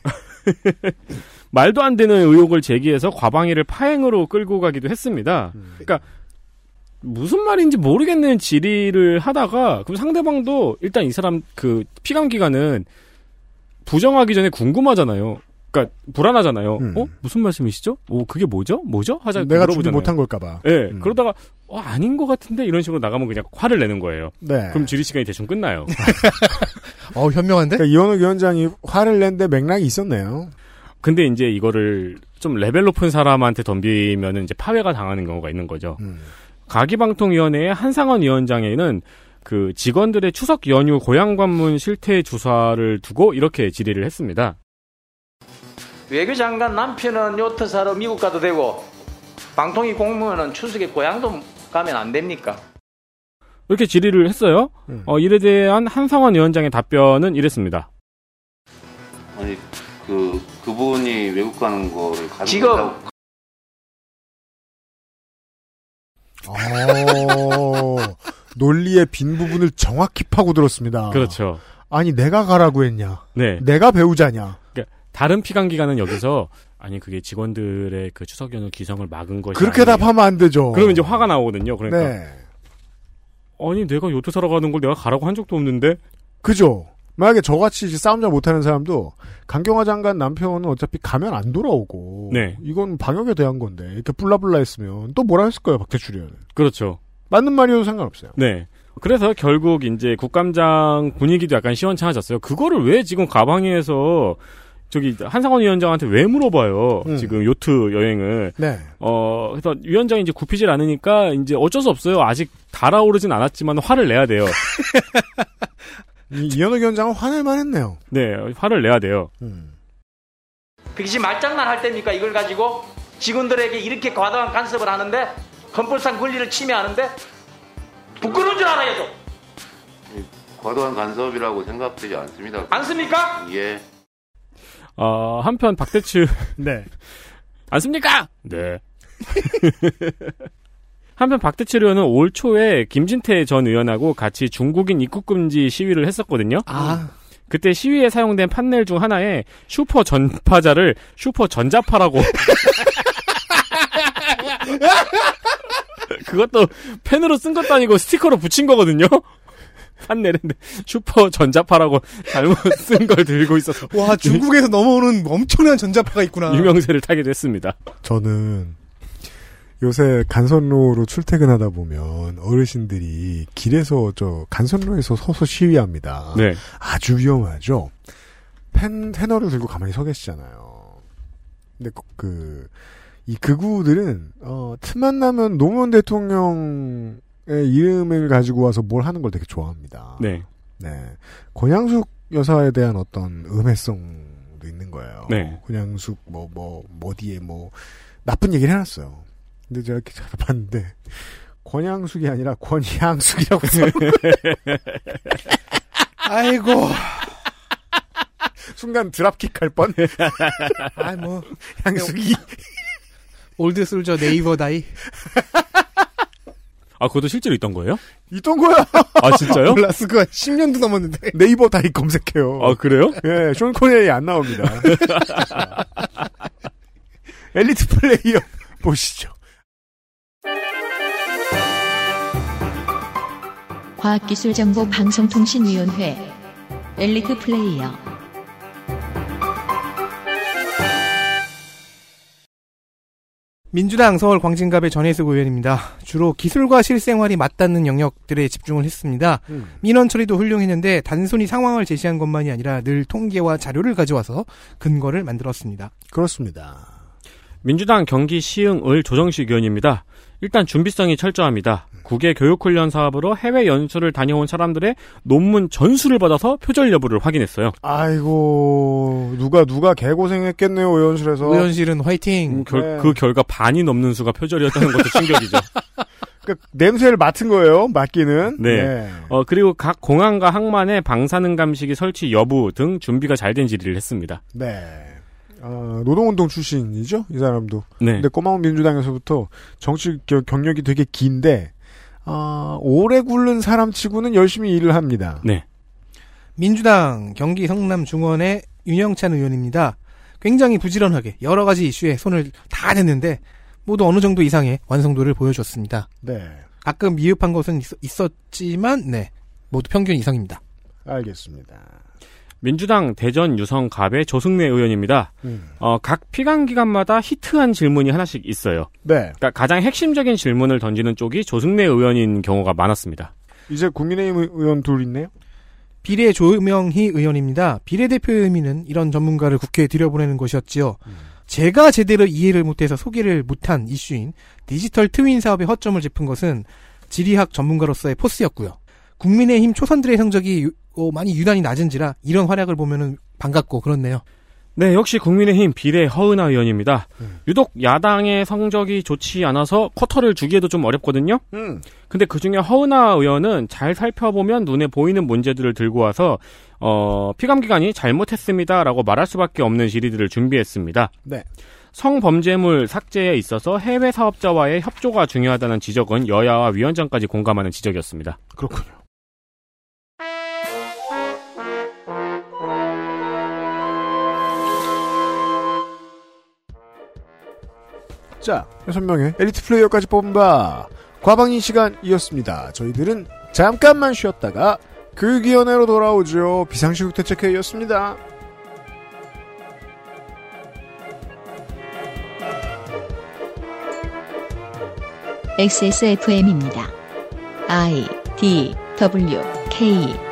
말도 안 되는 의혹을 제기해서 과방위를 파행으로 끌고 가기도 했습니다.
음.
그러니까 무슨 말인지 모르겠는 질의를 하다가 그럼 상대방도 일단 이 사람 그 피감 기간은 부정하기 전에 궁금하잖아요. 그러니까 불안하잖아요.
음.
어 무슨 말씀이시죠? 오 그게 뭐죠? 뭐죠? 하자
내가 준비
물어보잖아요.
못한 걸까봐.
예
음.
그러다가 어, 아닌 것 같은데 이런 식으로 나가면 그냥 화를 내는 거예요.
네.
그럼 질의 시간이 대충 끝나요.
어, 현명한데?
그러니까 이원욱 위원장이 화를 낸데 맥락이 있었네요.
근데 이제 이거를 좀 레벨 높은 사람한테 덤비면은 이제 파회가 당하는 경우가 있는 거죠.
음.
가기방통위원회의 한상원 위원장에는 그 직원들의 추석 연휴 고향 방문 실태 주사를 두고 이렇게 질의를 했습니다.
외교장관 남편은 요트 사러 미국 가도 되고 방통위 공무원은 추석에 고향도 가면 안 됩니까?
이렇게 질의를 했어요.
음.
어, 이에 대한 한상원 위원장의 답변은 이랬습니다.
아니 그 그분이 외국 가는 거를 가지고
지금
있다고
어, 논리의 빈 부분을 정확히 파고 들었습니다.
그렇죠.
아니 내가 가라고 했냐?
네.
내가 배우자냐?
다른 피감기관은 여기서 아니 그게 직원들의 그 추석 연휴 기성을 막은 것이
그렇게
아니에요.
답하면 안 되죠.
그러면 이제 화가 나오거든요. 그러니까
네.
아니 내가 요트 사러 가는 걸 내가 가라고 한 적도 없는데
그죠. 만약에 저같이 이제 싸움 잘 못하는 사람도 강경화 장관 남편은 어차피 가면 안 돌아오고
네.
이건 방역에 대한 건데 이렇게 뿔라뿔라 했으면 또 뭐라 했을 거예요 박태출 의원은
그렇죠.
맞는 말이어도 상관없어요
네. 그래서 결국 이제 국감장 분위기도 약간 시원찮아졌어요. 그거를 왜 지금 가방에서 저기 한상원 위원장한테 왜 물어봐요?
음.
지금 요트 여행을
네
어 그래서 위원장이 이제 굽히질 않으니까 이제 어쩔 수 없어요. 아직 달아오르진 않았지만 화를 내야 돼요.
이- 이현욱 위원장은 화낼만 했네요
네, 화를 내야 돼요.
음.
그게 지금 말장난 할 때입니까? 이걸 가지고 직원들에게 이렇게 과도한 간섭을 하는데 헌법상 권리를 침해하는데 부끄러운 줄 알아야죠.
과도한 간섭이라고 생각되지 않습니다.
안 씁니까?
예.
어, 한편 박대출
네
안 씁니까? 네. 한편 박대출 의원은 올 초에 김진태 전 의원하고 같이 중국인 입국 금지 시위를 했었거든요.
아,
그때 시위에 사용된 판넬 중 하나에 슈퍼 전파자를 슈퍼 전자파라고. 그것도 펜으로 쓴 것도 아니고 스티커로 붙인 거거든요. 판넬인데 슈퍼 전자파라고 잘못 쓴 걸 들고 있어서
와, 중국에서 넘어오는 엄청난 전자파가 있구나.
아.
유명세를 타게 됐습니다.
저는 요새 간선로로 출퇴근하다 보면 어르신들이 길에서 저 간선로에서 서서 시위합니다
네.
아주 위험하죠. 펜 테너를 들고 가만히 서 계시잖아요. 근데 그- 그, 이 극우들은 어, 틈만 나면 노무현 대통령의 이름을 가지고 와서 뭘 하는 걸 되게 좋아합니다.
네.
네. 권양숙 여사에 대한 어떤 음해성도 있는 거예요.
네.
권양숙 뭐 뭐 어디에 뭐 나쁜 얘기를 해놨어요. 근데 제가 이렇게 찾아봤는데 권양숙이 아니라 권양숙이라고
네.
써요.
아이고,
순간 드랍킥 할 뻔.
네.
아, 뭐.
양수기.
올드 솔저 네이버 다이.
아, 그것도 실제로 있던 거예요?
있던 거야.
아, 진짜요?
몰랐을 거야. 10년도 넘었는데. 네이버 다이 검색해요.
아, 그래요?
예, 쇼 코넬이 안 나옵니다. 엘리트 플레이어 보시죠.
과학기술정보방송통신위원회 엘리트 플레이어
민주당 서울 광진갑의 전혜숙 의원입니다. 주로 기술과 실생활이 맞닿는 영역들에 집중을 했습니다. 민원 처리도 훌륭했는데 단순히 상황을 제시한 것만이 아니라 늘 통계와 자료를 가져와서 근거를 만들었습니다.
그렇습니다.
민주당 경기 시흥을 조정식 의원입니다. 일단 준비성이 철저합니다. 국외 교육훈련 사업으로 해외 연수를 다녀온 사람들의 논문 전수를 받아서 표절 여부를 확인했어요.
아이고, 누가, 누가 개고생했겠네요, 의원실에서.
의원실은 화이팅!
결-
네.
그 결과 반이 넘는 수가 표절이었다는 것도 충격이죠.
그러니까 냄새를 맡은 거예요, 맡기는.
네. 어, 그리고 각 공항과 항만에 방사능 감시기 설치 여부 등 준비가 잘 된 질의를 했습니다.
네. 아, 노동운동 출신이죠, 이 사람도.
네.
근데 꼬마운 민주당에서부터 정치 겨- 경력이 되게 긴데, 아, 오래 굴른 사람 치고는 열심히 일을 합니다.
네.
민주당 경기 성남 중원의 윤영찬 의원입니다. 굉장히 부지런하게 여러 가지 이슈에 손을 다 냈는데 모두 어느 정도 이상의 완성도를 보여줬습니다.
네.
가끔 미흡한 것은 있, 었지만 네. 모두 평균 이상입니다.
알겠습니다.
민주당 대전 유성갑의 조승래 의원입니다.
음.
어, 각 피감 기관마다 히트한 질문이 하나씩 있어요.
네.
그러니까 가장 핵심적인 질문을 던지는 쪽이 조승래 의원인 경우가 많았습니다.
이제 국민의힘 의- 의원 둘 있네요?
비례 조명희 의원입니다. 비례대표의 의미는 이런 전문가를 국회에 들여보내는 것이었지요. 제가 제대로 이해를 못해서 소개를 못한 이슈인 디지털 트윈 사업의 허점을 짚은 것은 지리학 전문가로서의 포스였고요. 국민의힘 초선들의 성적이 유- 어, 많이 유난히 낮은지라 이런 활약을 보면 반갑고 그렇네요.
네, 역시 국민의힘 비례 허은하 의원입니다.
음.
유독 야당의 성적이 좋지 않아서 쿼터를 주기에도 좀 어렵거든요.
음.
근데 그 중에 허은하 의원은 잘 살펴보면 눈에 보이는 문제들을 들고 와서 어, 피감기관이 잘못했습니다라고 말할 수밖에 없는 질의들을 준비했습니다.
네.
성범죄물 삭제에 있어서 해외 사업자와의 협조가 중요하다는 지적은 여야와 위원장까지 공감하는 지적이었습니다.
그렇군요. 자, 여섯 명의 엘리트 플레이어까지 뽑은바 과방인 시간이었습니다. 저희들은 잠깐만 쉬었다가 교육위원회로 돌아오죠. 비상시국 대책회의였습니다.
XSFM입니다. I D W K